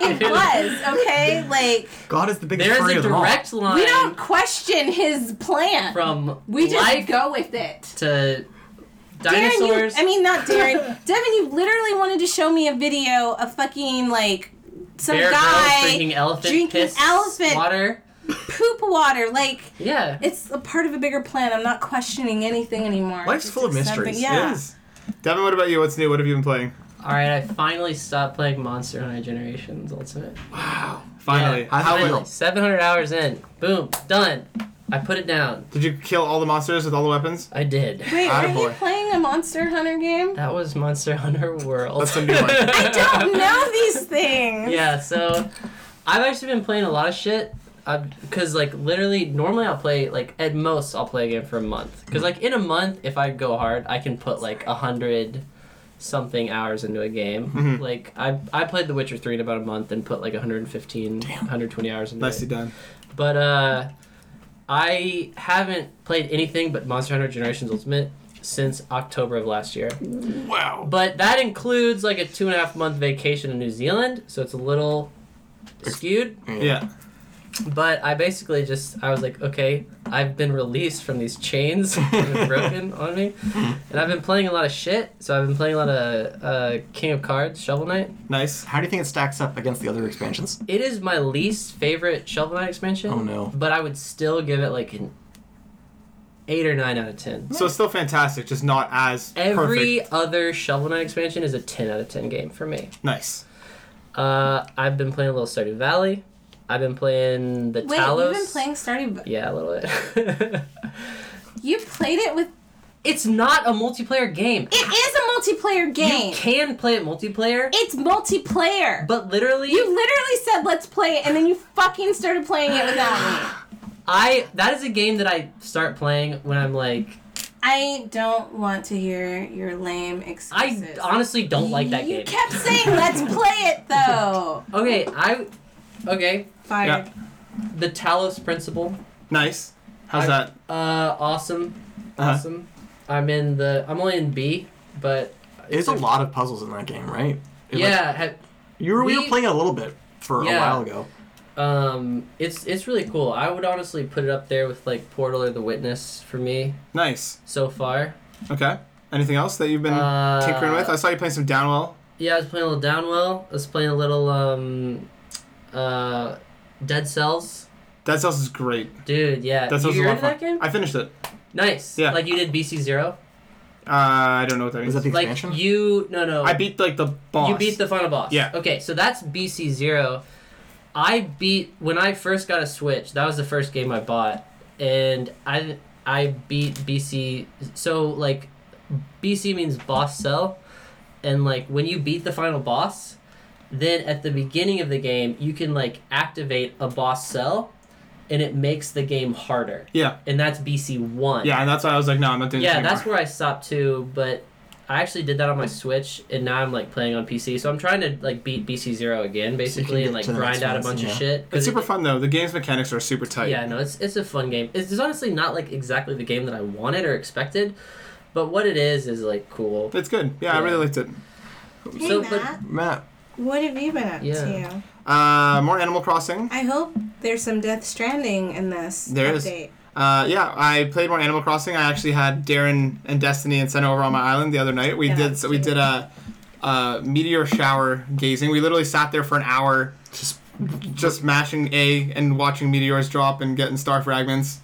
B: it was okay. Like
C: God is the biggest
D: There
C: furry
D: is a
C: of them all.
D: direct line
B: we don't question his plan.
D: from
B: we just
D: life
B: go with it.
D: to
B: Darren, you-
D: dinosaurs.
B: I mean, not Darren. Devin, you literally wanted to show me a video of fucking like some
D: Bear Grylls
B: guy
D: drinking elephant
B: drinking
D: piss
B: elephant-
D: water.
B: poop water. Like
D: Yeah.
B: it's a part of a bigger plan. I'm not questioning anything anymore.
C: Life's
B: Just
C: full of
B: accepting-
C: mysteries.
B: Yeah.
A: It is. Devin, what about you? What's new? What have you been playing?
D: All right, I finally stopped playing Monster Hunter Generations Ultimate.
A: Finally.
D: Yeah,
C: How's it
A: How
C: feel?
A: was-
D: 700 hours in. Boom. Done. I put it down.
A: Did you kill all the monsters with all the weapons?
D: I did.
B: Wait, are you
A: Attaboy.
B: playing a Monster Hunter game?
D: That was Monster Hunter World.
A: That's a new one.
B: I don't know these things.
D: Yeah, so I've actually been playing a lot of shit. because like literally, normally I'll play like at most I'll play a game for a month. Because like in a month, if I go hard, I can put like a hundred something hours into a game. Like I I played The Witcher three in about a month and put like 115, 120 hours into it.
A: Nicely done.
D: But uh, I haven't played anything but Monster Hunter Generations Ultimate since October of last year.
C: Wow.
D: But that includes like a two and a half month vacation in New Zealand, so it's a little skewed.
A: Yeah.
D: But I basically just I was like, okay, I've been released from these chains that have been broken on me, and I've been playing a lot of shit. So I've been playing a lot of uh, King of Cards, Shovel Knight.
A: Nice.
C: How do you think it stacks up against the other expansions?
D: It is my least favorite Shovel Knight expansion.
C: Oh, no.
D: But I would still give it like an eight or nine out of ten.
A: So it's still fantastic, just not as
D: Every
A: perfect.
D: other Shovel Knight expansion is a ten out of ten game for me.
A: Nice.
D: Uh, I've been playing a little Stardew Valley. I've been playing the
B: Wait,
D: Talos.
B: you've been playing Stardew. Va-
D: Yeah, a little bit.
B: You played it with.
D: it's not a multiplayer game.
B: It is a multiplayer game.
D: You can play it multiplayer,
B: It's multiplayer.
D: but literally,
B: you literally said let's play it, and then you fucking started playing it without me.
D: I that is a game that I start playing when I'm like,
B: I don't want to hear your lame
D: I
B: excuses.
D: honestly don't like that
B: you
D: game.
B: kept saying let's play it though.
D: Okay, I, okay,
B: Fired.
A: Yeah.
D: the Talos Principle,
A: Nice. How's
D: I-
A: that?
D: uh, awesome,
A: Uh-huh.
D: awesome. I'm in the, I'm only in B, but
C: There's a lot of puzzles in that game, right? It, like,
D: yeah, ha-
C: you were we,
D: we-
C: were playing a little bit for a
D: Yeah.
C: while ago.
D: Um, it's it's really cool. I would honestly put it up there with like Portal or The Witness for me
A: Nice.
D: so far.
A: Okay. Anything else that you've been
D: Uh,
A: tinkering with? I saw you playing some Downwell.
D: Yeah, I was playing a little Downwell. I was playing a little um, uh, Dead Cells.
A: Dead Cells is great.
D: Dude, yeah.
A: Dead Cells
D: you
A: is a
D: were
A: lot of
D: into
A: fun.
D: that game?
A: I finished it.
D: nice.
A: Yeah.
D: Like you did BC Zero.
A: Uh, I don't know what that means.
C: Is that the
D: Like
C: expansion?
D: you no no.
A: I beat like the boss.
D: You beat the final boss.
A: Yeah.
D: Okay, so that's BC Zero. I beat when I first got a Switch. That was the first game I bought, and I I beat BC. So like, BC means boss cell, and like when you beat the final boss, then at the beginning of the game you can like activate a boss cell, and it makes the game harder,
A: Yeah.
D: and that's BC One.
A: Yeah, and that's why I was like, no, I'm not doing
D: Yeah,
A: this anymore.
D: that's where I stopped too, but I actually did that on my Switch and now I'm like playing on PC. So I'm trying to like beat BC Zero again basically
C: get
D: and like
C: to the
D: grind
C: next
D: out a
C: ones,
D: bunch
C: yeah.
D: of shit. 'cause
A: It's super
D: it-
A: fun though. The game's mechanics are super tight.
D: Yeah, no, it's it's a fun game. It's, it's honestly not like exactly the game that I wanted or expected, but what it is is like cool.
A: It's good. Yeah, I
D: Yeah.
A: really liked it.
B: Hey
D: So, but-
B: Matt,
C: Matt,
B: what have you been up
D: Yeah.
B: to?
A: Uh, more Animal Crossing.
B: I hope there's some Death Stranding in this
A: There is.
B: update.
A: Uh, yeah, I played more Animal Crossing. I actually had Darren and Destiny and Senna over on my island the other night. We
B: Yeah,
A: did so we did a, a meteor shower gazing. We literally sat there for an hour, just just mashing A and watching meteors drop and getting star fragments,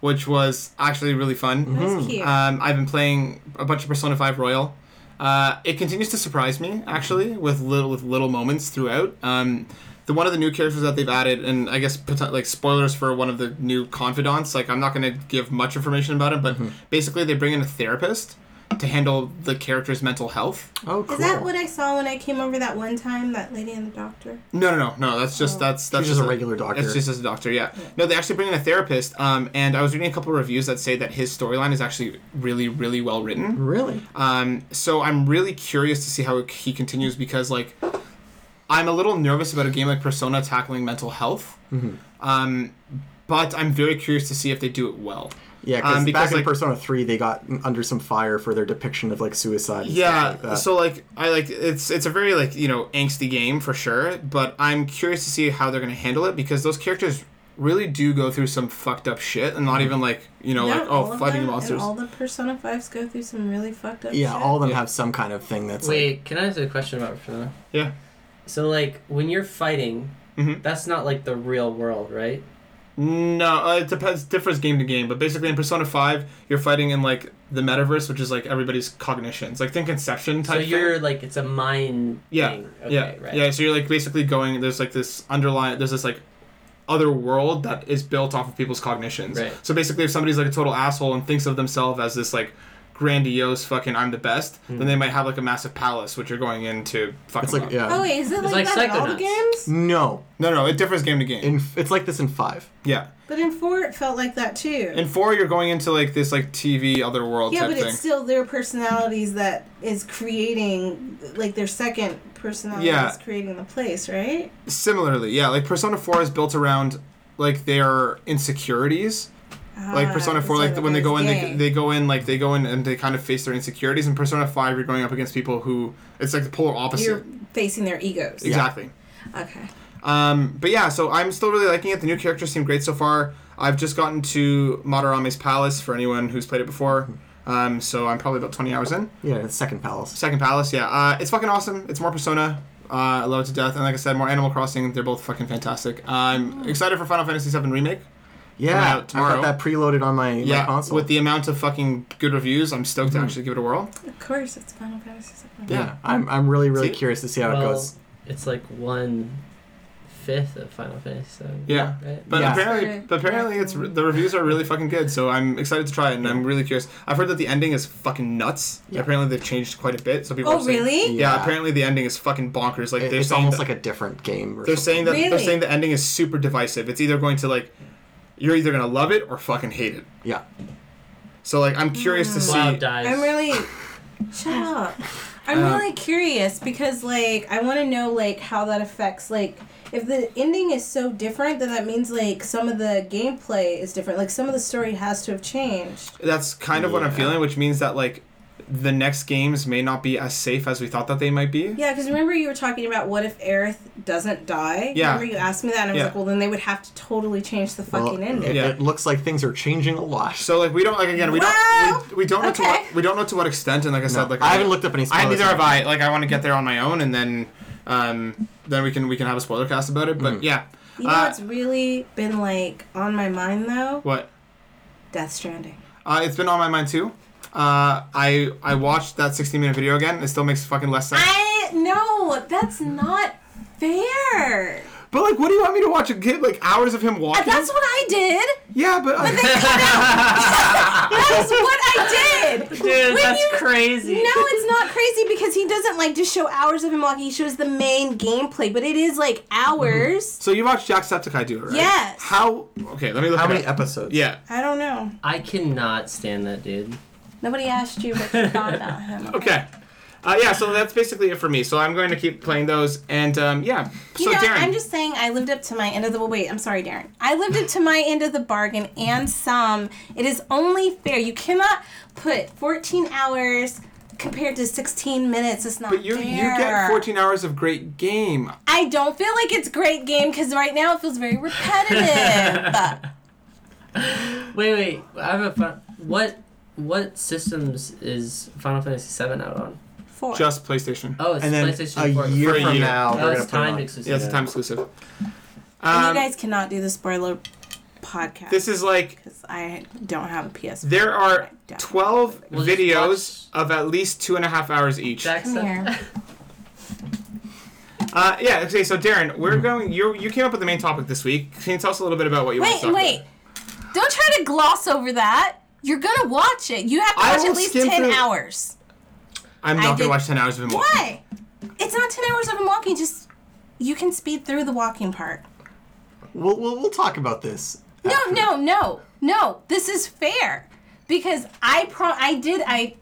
A: which was actually really fun.
B: That's cute.
A: Um, I've been playing a bunch of Persona 5 Royal. Uh, it continues to surprise me actually with little with little moments throughout. Um, the one of the new characters that they've added, and I guess poten- like spoilers for one of the new confidants. Like I'm not going to give much information about him, but basically they bring in a therapist to handle the character's mental health.
C: oh cool.
B: Is that what I saw when I came over that one time? That lady and the doctor.
A: No, no, no, no. That's just that's that's
C: He's just a regular doctor.
A: It's just as a doctor, yeah. No, they actually bring in a therapist. Um, and I was reading a couple of reviews that say that his storyline is actually really, really well written.
C: really?
A: Um, so I'm really curious to see how he continues because like I'm a little nervous about a game like Persona tackling mental health.
C: Mm-hmm.
A: Um, but I'm very curious to see if they do it well.
C: Yeah, because
A: Um, because,
C: back in
A: like-
C: Persona Three, they got under some fire for their depiction of like suicide. And
A: Yeah,
C: stuff like that.
A: so like I like it's it's a very like you know angsty game for sure, but I'm curious to see how they're gonna handle it because those characters really do go through some fucked up shit and not even like you know like
B: Not all
A: oh
B: of
A: fighting
B: them,
A: monsters.
B: And all the Persona Fives go through some really fucked up.
C: yeah,
B: shit.
C: all of them
A: Yeah.
C: have some kind of thing that's like,
D: Wait, can I ask a question about Persona?
A: Yeah.
D: So like when you're fighting,
A: Mhm.
D: that's not like the real world, right?
A: No, uh, it depends. Differs game to game, but basically in Persona Five, you're fighting in like the metaverse, which is like everybody's cognitions, like think Inception
D: So
A: type.
D: you're
A: thing.
D: like it's a mind
A: yeah,
D: thing. Okay,
A: yeah,
D: right.
A: yeah. So you're like basically going. There's like this underlying. There's this like other world that is built off of people's cognitions.
D: Right.
A: So basically, if somebody's like a total asshole and thinks of themselves as this like grandiose fucking I'm the best, then they might have like a massive palace which you're going in to fucking.
C: It's like
A: rob.
C: yeah.
B: Oh wait, is it like,
D: like
B: that in all the
D: Psychonauts.
A: Mm.
B: games?
C: No,
A: No, no, it differs game to game.
C: in it's like this in five.
A: yeah.
B: But in four, it felt like that too.
A: In four, you're going into like this like TV other world
B: yeah,
A: type
B: but
A: thing.
B: it's still their personalities that is creating, like their second personality
A: Yeah.
B: is creating the place, right?
A: Similarly, yeah, like Persona Four is built around like their insecurities. Like
B: Ah,
A: Persona
B: it's
A: Four, like
B: the
A: when they go in,
B: guy's
A: they,
B: gay.
A: they go in like they go in and they kind of face their insecurities. In Persona Five, you're going up against people who it's like the polar opposite.
B: you're facing their egos.
A: exactly.
B: Okay.
A: Um, but yeah, so I'm still really liking it. The new characters seem great so far. I've just gotten to Madarame's Palace for anyone who's played it before. Um, so I'm probably about 20 hours in.
C: Yeah, it's second palace.
A: Second Palace, yeah. Uh, it's fucking awesome. It's more Persona. Uh, I love it to death. And like I said, more Animal Crossing. They're both fucking fantastic.
B: Ah.
A: I'm excited for Final Fantasy VII Remake.
C: Yeah,
A: out
C: I've
A: tomorrow.
C: got that preloaded on my, my
A: Yeah,
C: console.
A: with the amount of fucking good reviews, I'm stoked
B: Mm-hmm.
A: to actually give it a whirl.
B: Of course, it's Final Fantasy VII.
A: Yeah.
C: yeah. I'm I'm really really
A: See?
C: curious to see how it
D: Well,
C: goes.
D: It's like one fifth of Final Fantasy VII.
A: Yeah.
D: Right?
A: But
C: Yeah.
A: apparently, but apparently, it's the reviews are really fucking good. So I'm excited to try it, and I'm really curious. I've heard that the ending is fucking nuts.
C: Yeah.
A: Apparently, they've changed quite a bit. So people are
B: Oh,
A: saying,
B: really?
A: Yeah,
C: Yeah.
A: apparently the ending is fucking bonkers. Like
C: It-
A: they're
C: it's
A: saying
C: almost
A: that,
C: like a different game. Or
A: they're saying
C: something.
A: that they're
B: Really?
A: saying the ending is super divisive. It's either going to like you're either gonna love it or fucking hate it.
C: yeah.
A: So like I'm curious
B: Hmm.
A: to see.
D: Cloud dies.
B: I'm really. shut up. I'm
A: Uh,
B: really curious because, like, I want to know, like, how that affects, like, if the ending is so different, then that means, like, some of the gameplay is different. Like, some of the story has to have changed.
A: That's kind of what I'm
C: Yeah.
A: feeling, which means that like the next games may not be as safe as we thought that they might be.
B: Yeah, because remember you were talking about what if Aerith doesn't die?
A: Yeah.
B: Remember you asked me that, and I was
A: Yeah.
B: like, well, then they would have to totally change the
C: Well,
B: fucking ending.
C: it,
A: Yeah.
C: it looks like things are changing a lot.
A: So like we don't like again we
B: Well,
A: don't we, we don't know to
B: okay.
A: what we don't know to what extent and like I
C: No,
A: said like
C: I haven't looked up any.
A: I
C: spoilers
A: neither
C: yet.
A: have I. Like I want to get there on my own and then um then we can we can have a spoiler cast about it.
C: Mm-hmm.
A: But yeah,
B: You know
A: Uh,
B: what's really been, like, on my mind, though?
A: what
B: Death Stranding.
A: Uh, it's been on my mind too. Uh, I I watched that 60 minute video again. It still makes fucking less sense.
B: I. No, that's not fair.
A: But like, what do you want me to watch a kid like hours of him
B: Uh,
A: walking?
B: That's what I did.
A: yeah, but, I,
B: That is what I did. When
D: Dude, that's
B: you-
D: crazy.
B: No, it's not crazy because he doesn't like just show hours of him walking. He shows the main gameplay, but it is like hours.
A: so you watched Jacksepticeye do it, right?
B: Yes.
A: How? Okay, let me look.
C: How
A: it
C: many
A: up.
C: episodes?
A: Yeah.
B: I don't know.
D: I cannot stand that dude.
B: Nobody asked you what you thought about him.
A: Okay. Uh, yeah. So that's basically it for me. So I'm going to keep playing those, and um, yeah. So
B: You know,
A: Darren,
B: I'm just saying I lived up to my end of the well, wait, I'm sorry, Darren. I lived up to my end of the bargain and some. It is only fair. You cannot put 14 hours compared to 16 minutes. It's not
A: but you
B: fair.
A: you get 14 hours of great game.
B: I don't feel like it's great game because right now it feels very repetitive.
D: Wait, wait. I have a fun. What what systems is Final Fantasy VII out on?
B: Four.
A: Just PlayStation.
D: Oh, it's
C: And then
D: PlayStation
C: a
D: 4.
C: year
A: For a
C: from
A: year.
C: now,
D: That
C: we're gonna
D: was
C: put it
D: timed
C: on.
D: exclusive.
A: yeah, it's a time exclusive.
B: And
A: Um,
B: you guys cannot do the spoiler podcast.
A: this is like
B: because I don't have a PS.
A: There are
B: Down.
A: 12
D: We'll just
A: videos of at least two and a half hours each.
D: Jack
B: Come
D: said-
B: here.
A: Uh, yeah, okay, so Darren, we're going, you you came up with the main topic this week. Can you tell us a little bit about what you want
B: Wait,
A: to talk
B: wait.
A: about?
B: Don't try to gloss over that. You're gonna watch it. You have to
A: I
B: watch
A: will
B: at least
A: skim
B: ten
A: through-
B: hours.
A: I'm not
B: I
A: going to
B: did-
A: watch 10 hours of him walking.
B: Why? It's not ten hours of him walking. Just you can speed through the walking part.
C: We'll, we'll we'll talk about this.
B: No, no, no, no. This is fair because I pro. I did. I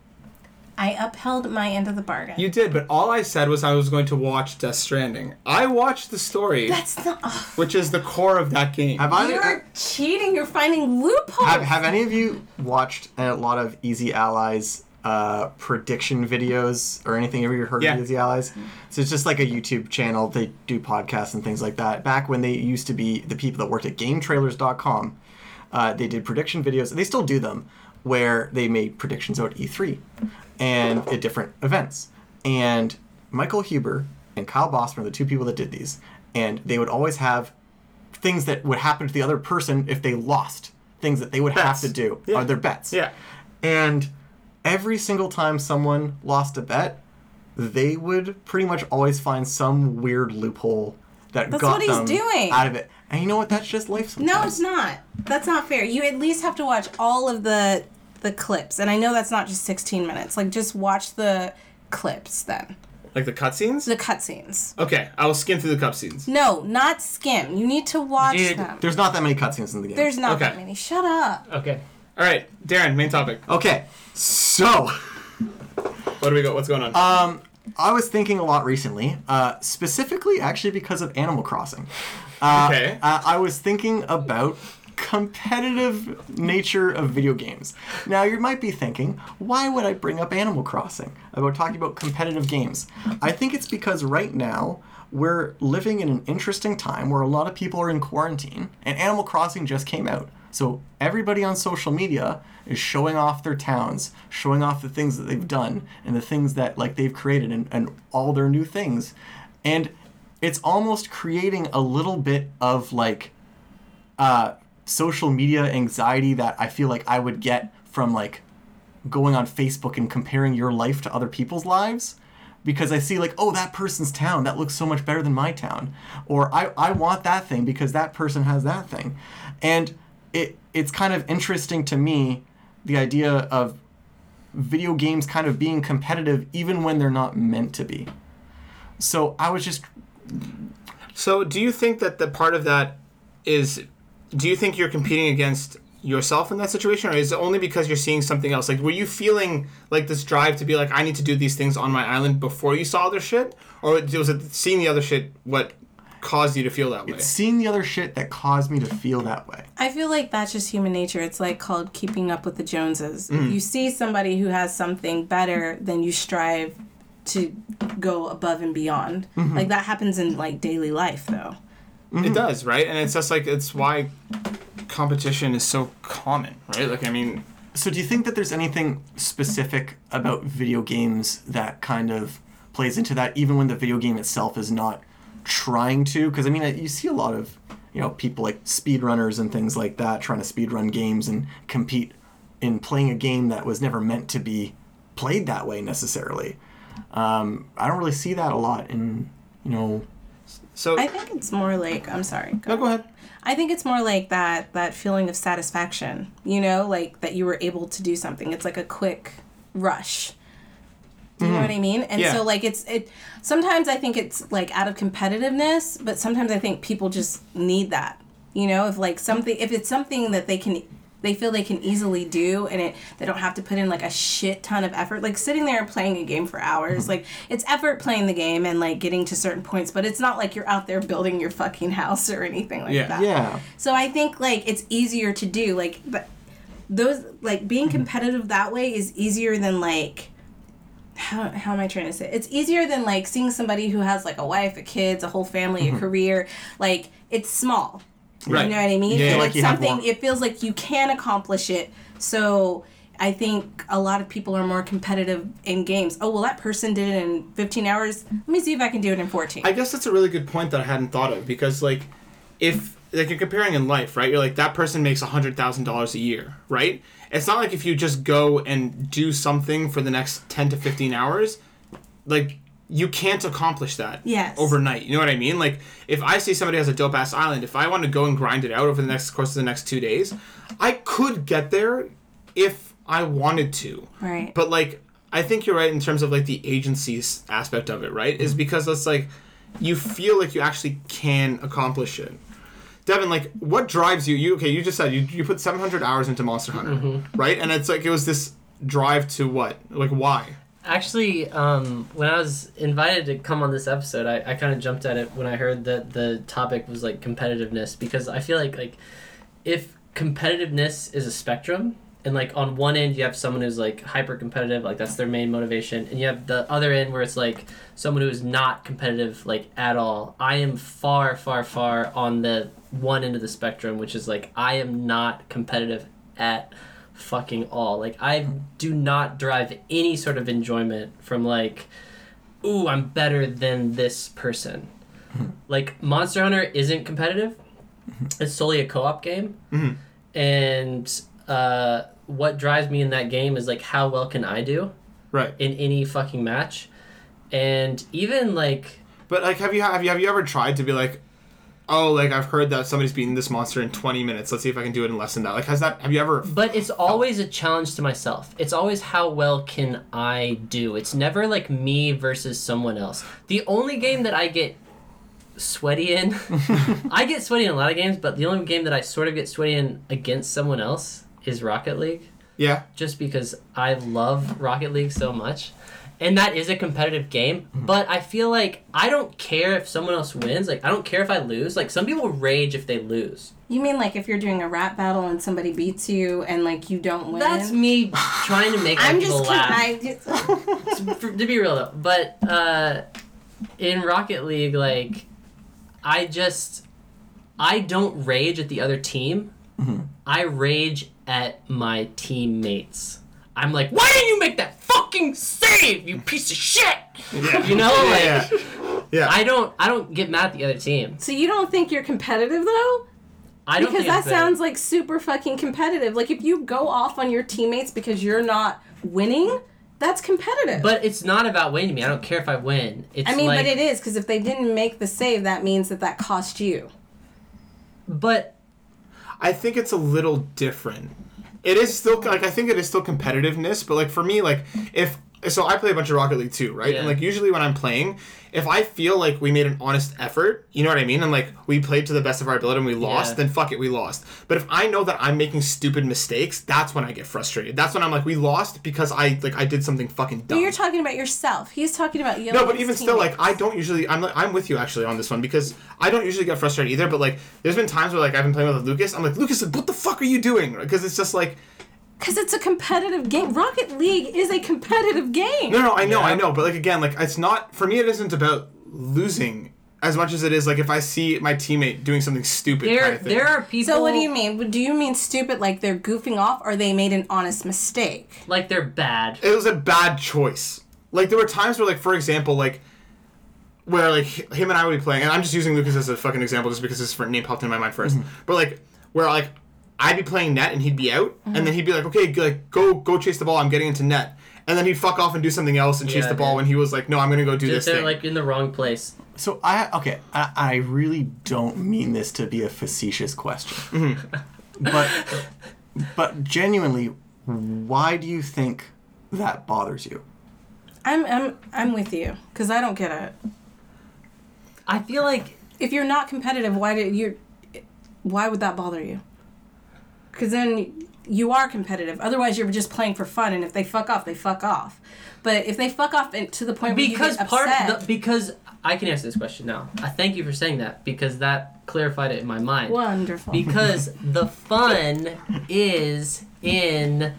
B: I upheld my end of the bargain.
A: You did, but all I said was I was going to watch Death Stranding. I watched the story,
B: That's not. ugh.
A: which is the core of that game.
C: Have I?
B: You're cheating. You're finding loopholes.
C: Have, have any of you watched a lot of Easy Allies uh, prediction videos or anything? Have you heard
A: Yeah.
C: of Easy Allies? So it's just like a YouTube channel. They do podcasts and things like that. Back when they used to be the people that worked at GameTrailers.com, uh, they did prediction videos. They still do them where they made predictions about E3 and at different events. And Michael Huber and Kyle Bossman are the two people that did these. And they would always have things that would happen to the other person if they lost things that they would
A: Bets.
C: have to do
A: Yeah.
C: are their bets
A: Yeah.
C: and every single time someone lost a bet they would pretty much always find some weird loophole that
B: That's
C: got
B: what he's
C: them
B: doing.
C: out of it and you know what that's just life sometimes.
B: No, it's not. That's not fair. You at least have to watch all of the the clips. And I know that's not just 16 minutes. Like, just watch the clips then,
A: Like the cutscenes?
B: the cutscenes.
A: Okay, I will skim through the cutscenes.
B: No, not skim. You need to watch
D: Dude,
B: them.
C: There's not that many cutscenes in the game.
B: There's not that
A: Okay.
B: many. Shut up.
D: Okay.
A: All right, Darren, main topic.
C: okay, so
A: What do we got? What's going on?
C: I was thinking a lot recently, uh, specifically actually because of Animal Crossing.
A: okay.
C: Uh, I was thinking about competitive nature of video games. Now you might be thinking, why would I bring up Animal Crossing about talking about competitive games? I think it's because right now we're living in an interesting time where a lot of people are in quarantine and Animal Crossing just came out. So everybody on social media is showing off their towns, showing off the things that they've done and the things that like they've created and, and all their new things. And it's almost creating a little bit of like uh, social media anxiety that I feel like I would get from like going on Facebook and comparing your life to other people's lives because I see like, oh, that person's town, that looks so much better than my town. Or I, I want that thing because that person has that thing. And it it's kind of interesting to me the idea of video games kind of being competitive even when they're not meant to be. So I was just
A: so, do you think that the part of that is, do you think you're competing against yourself in that situation, or is it only because you're seeing something else? Like, were you feeling like this drive to be like, I need to do these things on my island before you saw other shit, or was it seeing the other shit what caused you to feel that way?
C: seeing the other shit that caused me to feel that way.
B: I feel like that's just human nature. It's like called keeping up with the Joneses.
A: Mm.
B: If you see somebody who has something better, then you strive to go above and beyond.
A: Mm-hmm.
B: Like that happens in like daily life though.
A: It does, right? And it's just like it's why competition is so common, right? Like I mean,
C: So, do you think that there's anything specific about video games that kind of plays into that, even when the video game itself is not trying to? Because I mean, you see a lot of you know people like speedrunners and things like that trying to speedrun games and compete in playing a game that was never meant to be played that way necessarily. Um, I don't really see that a lot in you know.
A: so
B: I think it's more like I'm sorry. go
A: no, go ahead.
B: I think it's more like that that feeling of satisfaction, you know, like that you were able to do something. It's like a quick rush. Do you know what I mean? And
A: Yeah.
B: so like it's it sometimes I think it's like out of competitiveness, but sometimes I think people just need that. You know, if like something if it's something that they can they feel they can easily do and it they don't have to put in like a shit ton of effort like sitting there and playing a game for hours like it's effort playing the game and like getting to certain points but it's not like you're out there building your fucking house or anything like
A: Yeah.
B: that
C: Yeah.
B: so I think like it's easier to do like but those like
A: Mm-hmm.
B: being competitive that way is easier than like how, how am I trying to say? it? It's easier than like seeing somebody who has like a wife, a kids, a whole family, a career. Like it's small.
A: Mm-hmm. Right.
B: You know what I mean?
A: Yeah,
B: And
A: like
B: it's
C: you have
B: something
C: more-
B: it feels like you can accomplish it. So I think a lot of people are more competitive in games. Oh well, that person did it in 15 hours. Let me see if I can do it in 14.
A: I guess that's a really good point that I hadn't thought of because like if like you're comparing in life, right? You're like that person makes hundred thousand dollars a year, right? It's not like if you just go and do something for the next ten to fifteen hours, like you can't accomplish that
B: Yes.
A: overnight. You know what I mean? Like if I see somebody has a dope ass island, if I want to go and grind it out over the next course of the next two days, I could get there if I wanted to.
B: right.
A: But like, I think you're right in terms of like the agency's aspect of it, right?
D: Mm-hmm.
A: Is because it's like you feel like you actually can accomplish it. Devin, like, what drives you? You okay? You just said you, you put 700 hours into Monster Hunter,
D: Mm-hmm.
A: right? And it's like it was this drive to what? Like, why?
D: Actually, um, when I was invited to come on this episode, I, I kind of jumped at it when I heard that the topic was like competitiveness because I feel like like if competitiveness is a spectrum and like on one end you have someone who's like hyper competitive like that's their main motivation and you have the other end where it's like someone who is not competitive like at all i am far far far on the one end of the spectrum which is like i am not competitive at fucking all like i do not derive any sort of enjoyment from like ooh i'm better than this person like monster hunter isn't competitive it's solely a co-op game and uh, what drives me in that game is like how well can i do
A: Right.
D: in any fucking match and even like
A: But like, have you have you have you ever tried to be like, oh, like I've heard that somebody's beaten this monster in 20 minutes. Let's see if I can do it in less than that. Like, has that? Have you ever?
D: But it's always a challenge to myself. It's always how well can I do. It's never like me versus someone else. The only game that I get sweaty in, I get sweaty in a lot of games, but the only game that I sort of get sweaty in against someone else is Rocket League,
A: Yeah.
D: just because I love Rocket League so much. And that is a competitive game, but I feel like I don't care if someone else wins. Like, I don't care if I lose. Like, some people rage if they lose.
B: You mean like if you're doing a rap battle and somebody beats you and like you don't win?
D: That's me trying to make
B: I'm
D: other people
B: just kidding.
D: laugh.
B: I just-
D: for, to be real though, but uh, in Rocket League, like I just I don't rage at the other team.
A: Mm-hmm.
D: I rage at my teammates. I'm like, why didn't you make that fucking save, you piece of shit?
A: Yeah.
D: You know, like
A: yeah. yeah.
D: I don't I don't get mad at the other team.
B: so you don't think you're competitive though?
D: I don't
B: Because
D: think
B: that
D: it's fair.
B: sounds like super fucking competitive. Like if you go off on your teammates because you're not winning, that's competitive.
D: But it's not about winning me. I don't care if I win. It's
B: I mean,
D: like,
B: but it is because if they didn't make the save, that means that that cost you.
D: But
A: I think it's a little different. It is still like I think it is still competitiveness, but like for me, like if so, I play a bunch of Rocket League too, right?
D: Yeah.
A: And like usually when I'm playing, if I feel like we made an honest effort, you know what I mean, and like we played to the best of our ability and we lost,
D: Yeah.
A: then fuck it, we lost. But if I know that I'm making stupid mistakes, that's when I get frustrated. That's when I'm like, we lost because I like I did something fucking
B: But
A: dumb.
B: you're talking about yourself. He's talking about you.
A: No, but even still, like I don't usually. I'm like, I'm with you actually on this one because I don't usually get frustrated either. But like, there's been times where like I've been playing with Lucas. I'm like, Lucas, what the fuck are you doing? Because it's just like,
B: because it's a competitive game. Rocket League is a competitive game.
A: no, no, I know, I know. But like again, like it's not for me. It isn't about losing as much as it is like if I see my teammate doing something stupid.
D: there
A: kind of thing.
D: there are people
B: So what do you mean? Do you mean stupid? Like they're goofing off, or they made an honest mistake?
D: like they're bad.
A: it was a bad choice. Like there were times where, like for example, like where like h- him and I would be playing, and I'm just using Lucas as a fucking example just because his fr- name popped in my mind 1st
D: Mm-hmm.
A: But like where like I'd be playing net and he'd be out,
D: Mm-hmm.
A: and then he'd be like, okay, g- like go go chase the ball. I'm getting into net, and then he'd fuck off and do something else and chase
D: Yeah,
A: the ball
D: yeah.
A: when he was like, no, I'm gonna go do this
D: they're
A: thing.
D: like in the wrong place.
C: So I okay, I, I really don't mean this to be a facetious question,
A: Mm-hmm.
C: but but genuinely, why do you think that bothers you?
B: I'm I'm I'm with you because I don't get it.
D: I feel like
B: If you're not competitive, why did you? Why would that bother you? Because then you are competitive. Otherwise, you're just playing for fun. And if they fuck off, they fuck off. But if they fuck off and to the point where
D: because
B: you get
D: part
B: upset,
D: of the, because I can answer this question now. I thank you for saying that because that clarified it in my mind.
B: wonderful.
D: Because the fun is in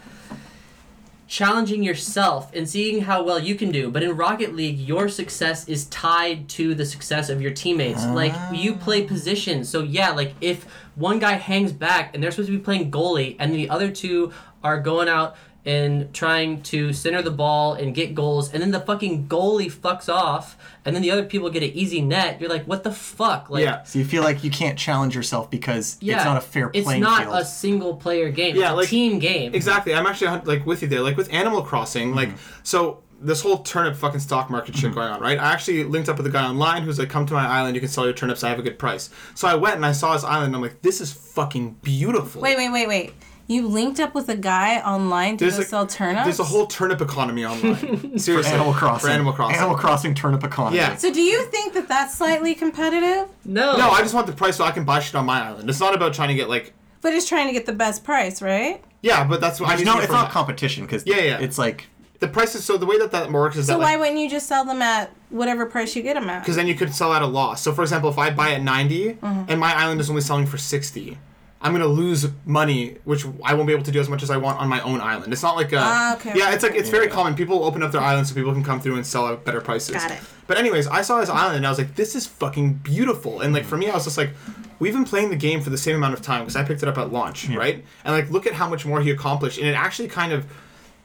D: challenging yourself and seeing how well you can do. But in Rocket League, your success is tied to the success of your teammates. Like you play position. So yeah, like if one guy hangs back and they're supposed to be playing goalie and the other two are going out and trying to center the ball and get goals and then the fucking goalie fucks off and then the other people get an easy net, you're like, what the fuck? Like
A: yeah,
C: So you feel like you can't challenge yourself because it's not a fair
D: it's
C: playing
D: not
C: field.
D: a single player game.
A: Yeah,
D: it's a
A: like-
D: team game.
A: exactly. I'm actually hun- like with you there. Like with Animal Crossing, like
C: Mm-hmm.
A: so this whole turnip fucking stock market shit going on, right? I actually linked up with a guy online who's like, "Come to my island. You can sell your turnips. I have a good price." So I went and I saw his island. And I'm like, "This is fucking beautiful."
B: wait, wait, wait, wait. You linked up with a guy online to
A: There's
B: go
A: a-
B: sell turnips.
A: There's a whole turnip economy online. Seriously,
C: Animal Crossing.
A: For Animal Crossing.
C: Animal Crossing turnip economy.
A: Yeah.
B: So do you think that that's slightly competitive?
D: No,
A: no, I just want the price so I can buy shit on my island. It's not about trying to get like.
B: But it's trying to get the best price, right?
A: Yeah, but that's what I'm
C: There's no,
A: using it
C: it's
A: for
C: not
A: that.
C: competition because
A: Yeah, yeah.
C: it's like
A: the price is so the way that that works is
B: So
A: that like,
B: why wouldn't you just sell them at whatever price you get them at?
A: because then you could sell at a loss. So, for example, if I buy at 90
B: Mm-hmm.
A: and my island is only selling for 60, I'm going to lose money, which I won't be able to do as much as I want on my own island. It's not like a.
B: Ah, okay,
A: yeah,
B: okay,
A: it's like, it's very common. People open up their islands so people can come through and sell at better prices.
B: Got it.
A: But, anyways, I saw his island and I was like, this is fucking beautiful. And, like, for me, I was just like, we've been playing the game for the same amount of time because I picked it up at launch, right? And, like, look at how much more he accomplished. And it actually kind of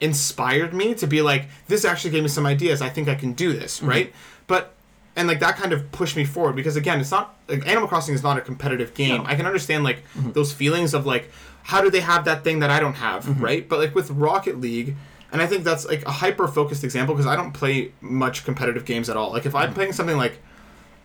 A: inspired me to be like, this actually gave me some ideas. I think I can do this, right? But and like that kind of pushed me forward because again, it's not like Animal Crossing is not a competitive game. I can understand like those feelings of like, how do they have that thing that I don't have, right? But like with Rocket League. And I think that's like a hyper focused example because I don't play much competitive games at all. Like if I'm playing something like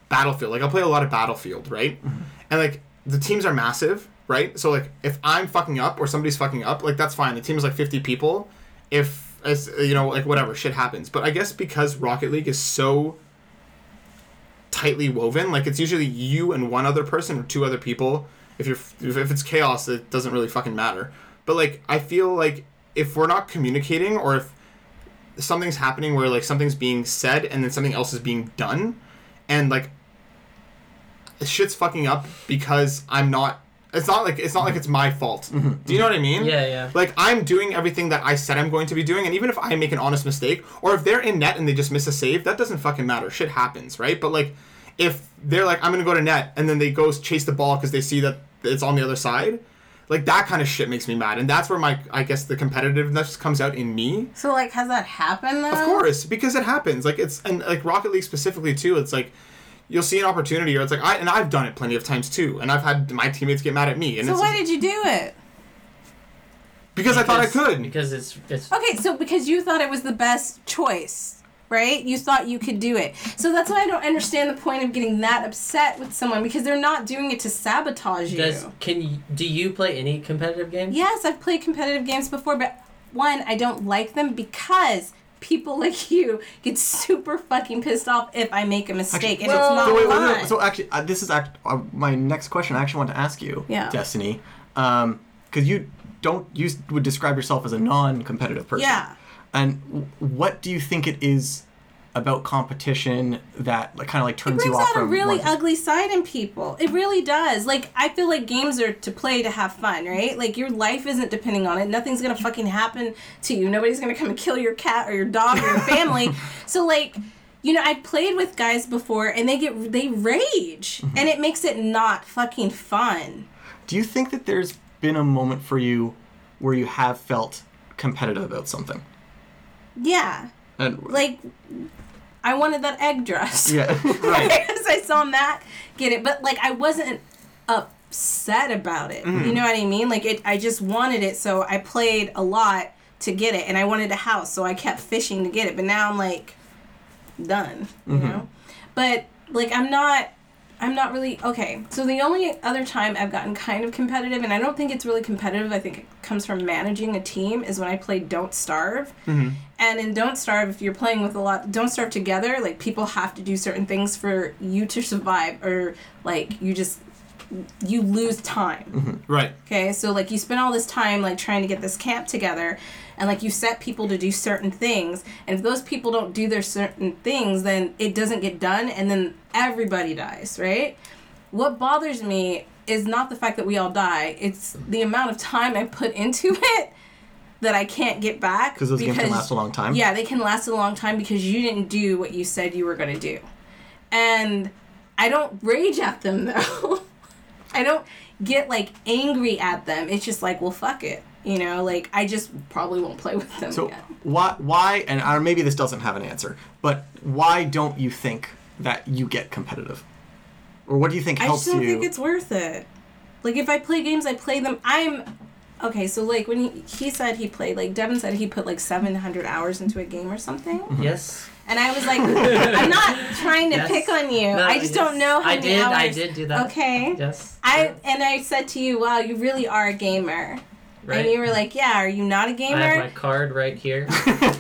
A: Battlefield. Like I'll play a lot of Battlefield, right? and like the teams are massive, right? So like if I'm fucking up or somebody's fucking up, like that's fine. The team is like 50 people. If as you know, like whatever shit happens. But I guess because Rocket League is so tightly woven, like it's usually you and one other person or two other people. If you're if if it's chaos, it doesn't really fucking matter. But like I feel like if we're not communicating or if something's happening where like something's being said and then something else is being done and like shit's fucking up because I'm not it's not like it's not like it's my fault. Do you know what I mean?
D: Yeah, yeah.
A: Like I'm doing everything that I said I'm going to be doing and even if I make an honest mistake or if they're in net and they just miss a save, that doesn't fucking matter. Shit happens, right? But like if they're like I'm going to go to net and then they go chase the ball cuz they see that it's on the other side, like that kind of shit makes me mad. And that's where my I guess the competitiveness comes out in me.
B: So like, has that happened though?
D: Uh,
A: Of course, because it happens. Like it's and like Rocket League specifically too. It's like you'll see an opportunity, or it's like I and I've done it plenty of times too, and I've had my teammates get mad at me, and
B: So
A: it's
B: why did you do it?
A: because, I thought I could.
D: Because it's it's
B: Okay, so because you thought it was the best choice, right? You thought you could do it. So that's why I don't understand the point of getting that upset with someone because they're not doing it to sabotage you.
D: does can you, do you play any competitive games?
B: Yes, I've played competitive games before, but one, I don't like them because people like you get super fucking pissed off if I make a mistake. and
C: so,
B: it's not
C: so, wait, wait, wait,
B: mine.
C: so actually, uh, this is act- uh, my next question. I actually want to ask you,
B: Yeah.
C: Destiny, because you don't you s- would describe yourself as a non-competitive person.
B: Yeah.
C: And w- what do you think it is about competition that like, kind of like turns you
B: brings
C: off
B: out a
C: from
B: really
C: wanting-
B: ugly side in people. It really does. Like I feel like games are to play to have fun, right? Like your life isn't depending on it. Nothing's gonna fucking happen to you. Nobody's gonna come and kill your cat or your dog or your family. so like, you know, I've played with guys before and they get they rage and it makes it not fucking fun.
C: Do you think that there's been a moment for you where you have felt competitive about something?
B: Yeah.
C: And
B: Like I wanted that egg dress.
C: yeah,
B: because I saw Matt get it, but like I wasn't upset about it. You know what I mean? Like it, I just wanted it, so I played a lot to get it, and I wanted a house, so I kept fishing to get it. But now I'm like done, you know. But like I'm not. I'm not really okay. So the only other time I've gotten kind of competitive, and I don't think it's really competitive. I think it comes from managing a team. Is when I played Don't Starve, and in Don't Starve, if you're playing with a lot, Don't Starve together, like people have to do certain things for you to survive, or like you just you lose time.
A: Right.
B: Okay, so like you spend all this time like trying to get this camp together, and like you set people to do certain things, and if those people don't do their certain things, then it doesn't get done, and then everybody dies, right? What bothers me is not the fact that we all die; it's the amount of time I put into it that I can't get back
C: because those games can last a long time.
B: yeah, they can last a long time because you didn't do what you said you were going to do. And I don't rage at them though. I don't get like angry at them. It's just like, well, fuck it. You know, like I just probably won't play with them
C: So
B: again.
C: why why and uh, maybe this doesn't have an answer, but why don't you think that you get competitive? Or what do you think
B: I
C: helps
B: just don't
C: you?
B: think it's worth it. Like if I play games, I play them. I'm okay. So like when he, he said he played, like Devin said he put like 700 hours into a game or something,
D: Yes.
B: and I was like, I'm not trying to
D: Yes.
B: pick on you.
D: No,
B: I just
D: yes.
B: don't know how
D: I
B: many
D: did.
B: hours.
D: I did do that.
B: Okay.
D: Yes.
B: I and I said to you, "Wow, you really are a gamer."
D: Right.
B: And you were like, "Yeah, are you not a gamer?"
D: I have my card right here.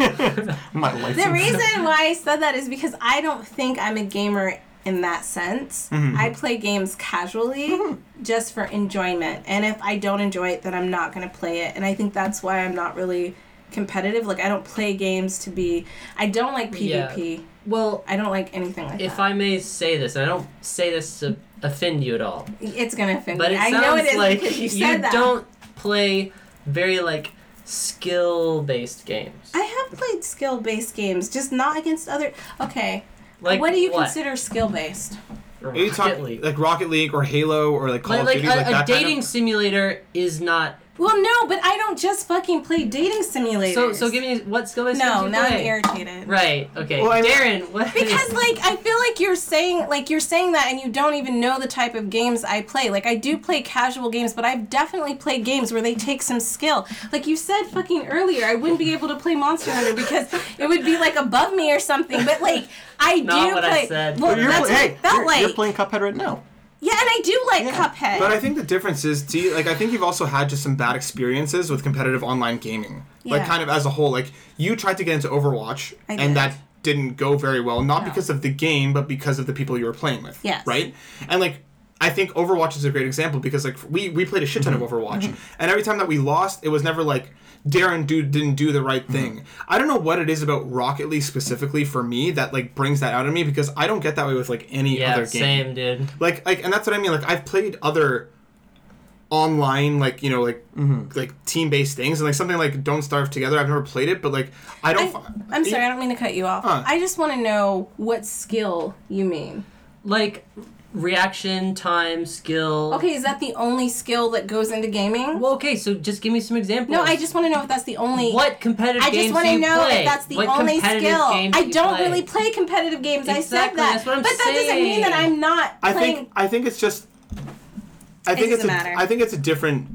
C: My life.
B: the reason why I said that is because I don't think I'm a gamer in that sense.
D: Mm-hmm.
B: I play games casually just for enjoyment. And if I don't enjoy it, then I'm not going to play it. And I think that's why I'm not really competitive. Like I don't play games to be I don't like
D: Yeah.
B: PvP.
D: well,
B: I don't like anything like
D: if
B: that.
D: I may say this, I don't say this to offend you at all,
B: it's going to offend
D: but
B: me.
D: it
B: I
D: sounds
B: know it is
D: like
B: because you said that.
D: don't play very like skill-based games.
B: I have played skill based games, just not against other. Okay.
D: Like
B: what do you
D: what?
B: consider skill based?
A: Are you
D: Rocket
A: talking
D: League.
A: like Rocket League or Halo or like Call
D: Like,
A: of
D: like
A: Duty?
D: a,
A: like
D: a
A: that
D: dating
A: Kind of?
D: simulator is not.
B: Well, no, but I don't just fucking play dating simulators.
D: So so give me what skill-based games
B: No,
D: you
B: now I'm
D: play.
B: irritated.
D: Right. Okay.
A: Well, I mean-
D: Darren, what?
B: Because like I feel like you're saying like you're saying that and you don't even know the type of games I play. Like I do play casual games, but I've definitely played games where they take some skill. Like you said fucking earlier, I wouldn't be able to play Monster Hunter because it would be like above me or something. But like I
D: Not
B: do
D: what I
B: play
D: said.
B: Well,
D: But
C: you're
B: that's
C: play-
B: what
C: hey,
B: it felt
C: you're,
B: like.
C: you're playing Cuphead right now.
E: Yeah, and I do like Cuphead.
A: But I think the difference is, T, like, I think you've also had just some bad experiences with competitive online gaming. Like,
E: Yeah.
A: kind of as a whole. Like, you tried to get into Overwatch,
E: I
A: and
E: did.
A: that didn't go very well, not
B: No.
A: because of the game, but because of the people you were playing with.
E: Yes.
A: Right? And, like, I think Overwatch is a great example because, like, we, we played a shit ton
D: Mm-hmm.
A: of Overwatch.
E: Mm-hmm.
A: And every time that we lost, it was never like, Darren dude didn't do the right thing.
D: Mm-hmm.
A: I don't know what it is about Rocket League specifically for me that like brings that out of me because I don't get that way with like any
D: Yeah,
A: other game
D: same, dude.
E: Mm-hmm.
A: like like and that's what i mean like i've played other online like you know like
E: Mm-hmm.
A: like team based things and like something like don't starve together i've never played it but like i don't
E: I,
A: fi-
E: am sorry, I don't mean to cut you off.
A: Huh.
E: I just want to know what skill you mean.
D: Like reaction time, skill.
E: Okay, is that the only skill that goes into gaming?
D: Well, okay. So just give me some examples.
E: no, I just want to know if that's the only.
D: What competitive
E: I just
D: games
E: want
D: do
E: to
D: you
E: know
D: play?
E: if that's the
D: What
E: only
D: competitive
E: skill.
D: games do
E: I
D: you
E: don't
D: play?
E: really play competitive games. I said
D: Exactly,
E: that,
D: that's what I'm
E: but that doesn't mean that
D: saying.
E: I'm not
A: i
E: playing.
A: think i think it's just i think it's
E: doesn't
A: a,
E: matter.
A: i think it's a different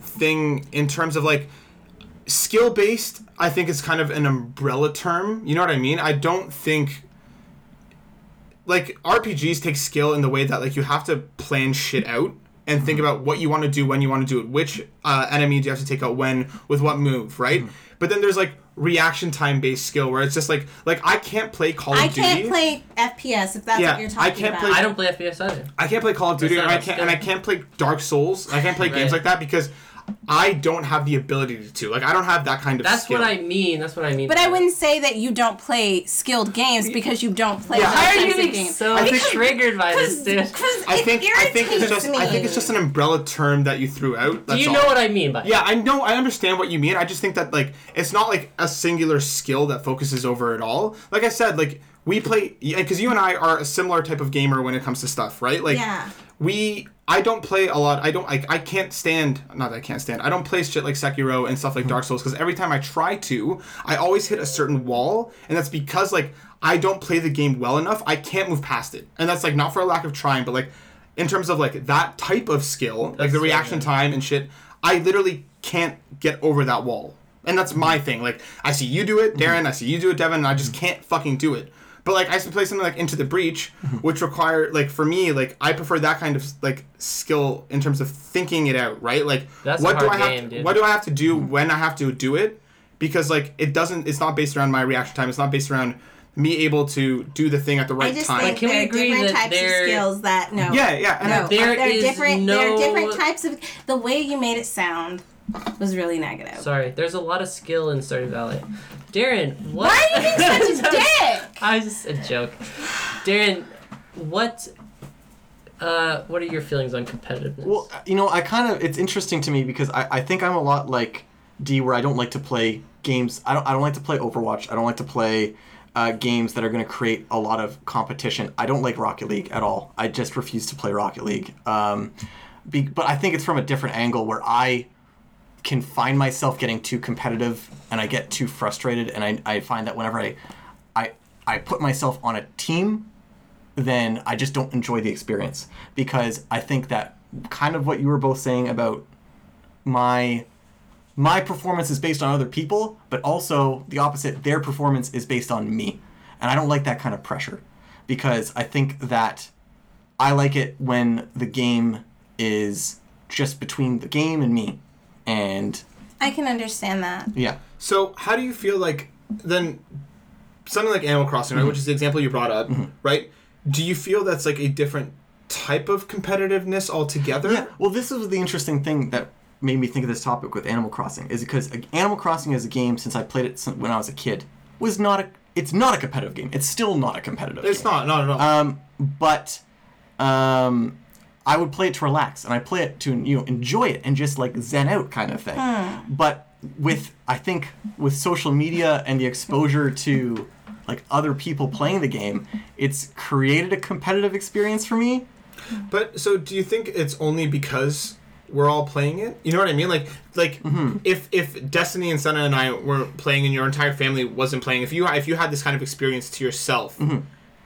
A: thing in terms of like skill based i think is kind of an umbrella term you know what i mean i don't think like RPGs take skill in the way that like you have to plan shit out and think about what you want to do when you want to do it, which uh, enemy do you have to take out when with what move, right? But then there's like reaction time based skill where it's just like like I can't play Call
E: I
A: of Duty.
E: can't play FPS if that's
A: Yeah,
E: what you're talking
A: I can't
E: about.
A: play-
D: I don't play FPS either.
A: I can't play Call of Duty
D: not
A: and I
D: about
A: can't
D: skill.
A: and I can't play Dark Souls. I can't play games
D: Right.
A: like that because I don't have the ability to. Like I don't have that kind of
D: That's
A: skill.
D: what I mean. That's what I mean.
E: But I
D: by that.
E: wouldn't say that you don't play skilled games because you don't play.
A: Yeah,
E: those
A: I
D: Why are
E: types
D: you
E: of
D: getting
E: games.
D: so
A: I think-
D: triggered by this, dude?
E: Because
A: I
E: it
A: think I
E: irritates
A: think it's just
E: me.
A: I think it's just an umbrella term that you threw out.
D: Do
A: That's
D: you
A: all.
D: know what I mean by
A: Yeah, I know. I understand what you mean. I just think that like it's not like a singular skill that focuses over it all. Like I said, like we play because you and I are a similar type of gamer when it comes to stuff, right? Like
E: Yeah.
A: we. I don't play a lot. I don't like. I can't stand. Not that I can't stand. I don't play shit like Sekiro and stuff
D: Hmm.
A: like Dark Souls because every time I try to, I always hit a certain wall, and that's because like I don't play the game well enough. I can't move past it, and that's like not for a lack of trying, but like in terms of like that type of skill, like the
D: That's-
A: reaction
D: yeah.
A: time and shit, I literally can't get over that wall. And that's my thing. Like, I see you do it,
D: Mhm.
A: Darren, I see you do it, Devin, and I just can't fucking do it. But like I used to play something like Into the Breach,
D: Mhm.
A: which require like for me, like I prefer that kind of like skill in terms of thinking it out, right? Like
D: That's a
A: what do I
D: hard
A: have
D: game,
A: to,
D: dude. Mhm.
A: what do I have to do when I have to do it? Because like it doesn't it's not based around my reaction time, it's not based around me able to do the thing at the right
E: I just
A: time.
E: think
D: Can we
E: there are
D: agree
E: different
D: that
E: types
D: there-
E: of skills that no.
A: yeah, yeah. And I-
E: No,
D: There
E: there are
D: is
E: different. There are
D: no-
E: different types of. The way you made it sound was really negative.
D: Sorry, there's a lot of skill in Stardew Valley. Darren, what?
E: Why are you being such a dick?
D: I was just a joke. Darren, what? Uh, what are your feelings on competitiveness?
C: Well, uh, you know, I kind of it's interesting to me because I, I think I'm a lot like D, where I don't like to play games. I don't I don't like to play Overwatch. I don't like to play uh, games that are going to create a lot of competition. I don't like Rocket League at all. I just refuse to play Rocket League. Um, be, but I think it's from a different angle where I can find myself getting too competitive and I get too frustrated and I, I find that whenever I, I I put myself on a team, then I just don't enjoy the experience because I think that kind of what you were both saying about my my performance is based on other people, but also the opposite, their performance is based on me. And I don't like that kind of pressure because I think that I like it when the game is just between the game and me. And
E: I can understand that.
C: yeah.
A: So how do you feel like then something like Animal Crossing, right, which is the example you brought up, right? Do you feel that's like a different type of competitiveness altogether?
C: Yeah. Well, this is the interesting thing that made me think of this topic with Animal Crossing is because uh, Animal Crossing as a game, since I played it sin- when I was a kid, was not a. It's not a competitive game. It's still not a competitive.
A: It's
C: game.
A: not, not at all.
C: Um, but um, I would play it to relax, and I play it to you know enjoy it and just like zen out kind of thing. But with I think with social media and the exposure to like other people playing the game, it's created a competitive experience for me.
A: but so do you think it's only because we're all playing it? You know what I mean? Like like if if Destiny and Senna and I were playing and your entire family wasn't playing, if you if you had this kind of experience to yourself,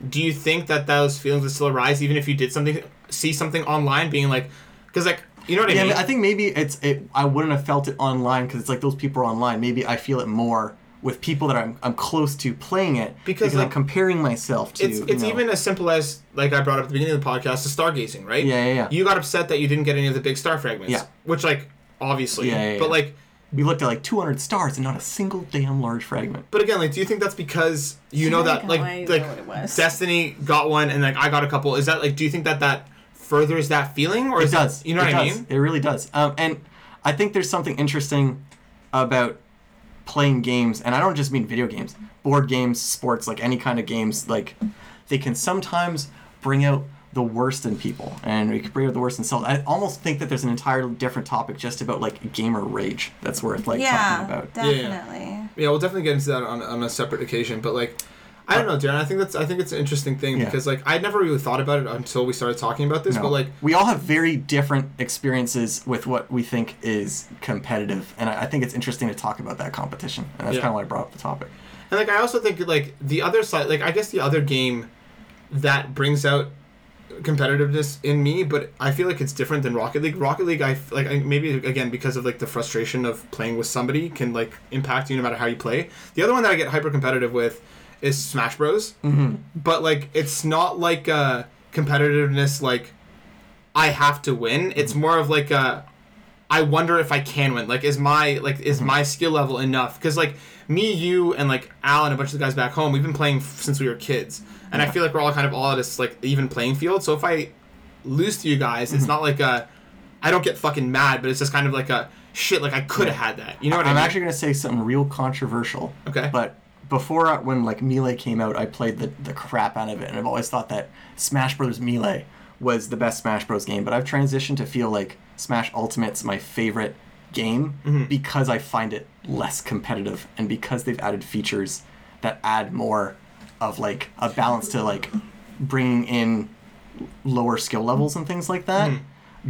A: do you think that those feelings would still arise even if you did something see something online being like cuz like you know what I
C: Yeah,
A: mean?
C: but I think maybe it's it. I wouldn't have felt it online because it's like those people are online. Maybe I feel it more with people that I'm, I'm close to playing it
A: Because,
C: I'm
A: like,
C: comparing myself to
A: It's
C: you
A: it's
C: know-
A: even as simple as like I brought up at the beginning of the podcast, the stargazing, right?
C: Yeah, yeah, yeah.
A: You got upset that you didn't get any of the big star fragments.
C: Yeah.
A: Which like obviously,
C: Yeah, yeah, yeah.
A: but like,
C: we looked at like 200 stars and not a single damn large fragment.
A: but again, like, do you think that's because you know
B: not
A: that
B: gonna
A: like
B: lie, you know what it
A: like
B: was.
A: Destiny got one and like I got a couple? Is that like do you think that that furthers that feeling or
C: It
A: is that-
C: does.
A: you know
C: it
A: what I
C: does.
A: mean?
C: It really does. Um, and I think there's something interesting about playing games, and I don't just mean video games, board games, sports, like any kind of games. Like they can sometimes bring out the worst in people, and we can bring out the worst in self. I almost think that there's an entirely different topic just about like gamer rage that's worth like
E: yeah,
C: talking about.
E: definitely.
A: Yeah, we'll definitely get into that on, on a separate occasion. But like, I don't know, Darren. I think that's I think it's an interesting thing
C: Uh, Yeah.
A: because like I never really thought about it until we started talking about this.
C: No.
A: But like,
C: we all have very different experiences with what we think is competitive, and I, I think it's interesting to talk about that competition, and that's
A: Yeah.
C: kind of why I brought up the topic.
A: and like I also think like the other side, like I guess the other game that brings out competitiveness in me, but I feel like it's different than Rocket League. Rocket League, I f- like I, maybe again because of like the frustration of playing with somebody can like impact you no matter how you play. The other one that I get hyper competitive with is Smash Bros. Mm-hmm. But like it's not like uh competitiveness like I have to win. It's more of like a I wonder if I can win. Like, is my like is my skill level enough? Because like me, you, and like Al and a bunch of the guys back home, we've been playing f- since we were kids, and I feel like we're all kind of all at this like even playing field. So if I lose to you guys, it's not like a I don't get fucking mad, but it's just kind of like a shit. Like I could have had that. You know what I
C: I'm
A: mean?
C: actually going to say something real controversial.
A: Okay.
C: But before, uh, when like Melee came out, I played the, the crap out of it, and I've always thought that Smash Bros. Melee was the best Smash Bros. game. But I've transitioned to feel like Smash Ultimate's my favorite game
A: Mm-hmm.
C: because I find it less competitive, and because they've added features that add more of like a balance to like bringing in lower skill levels and things like that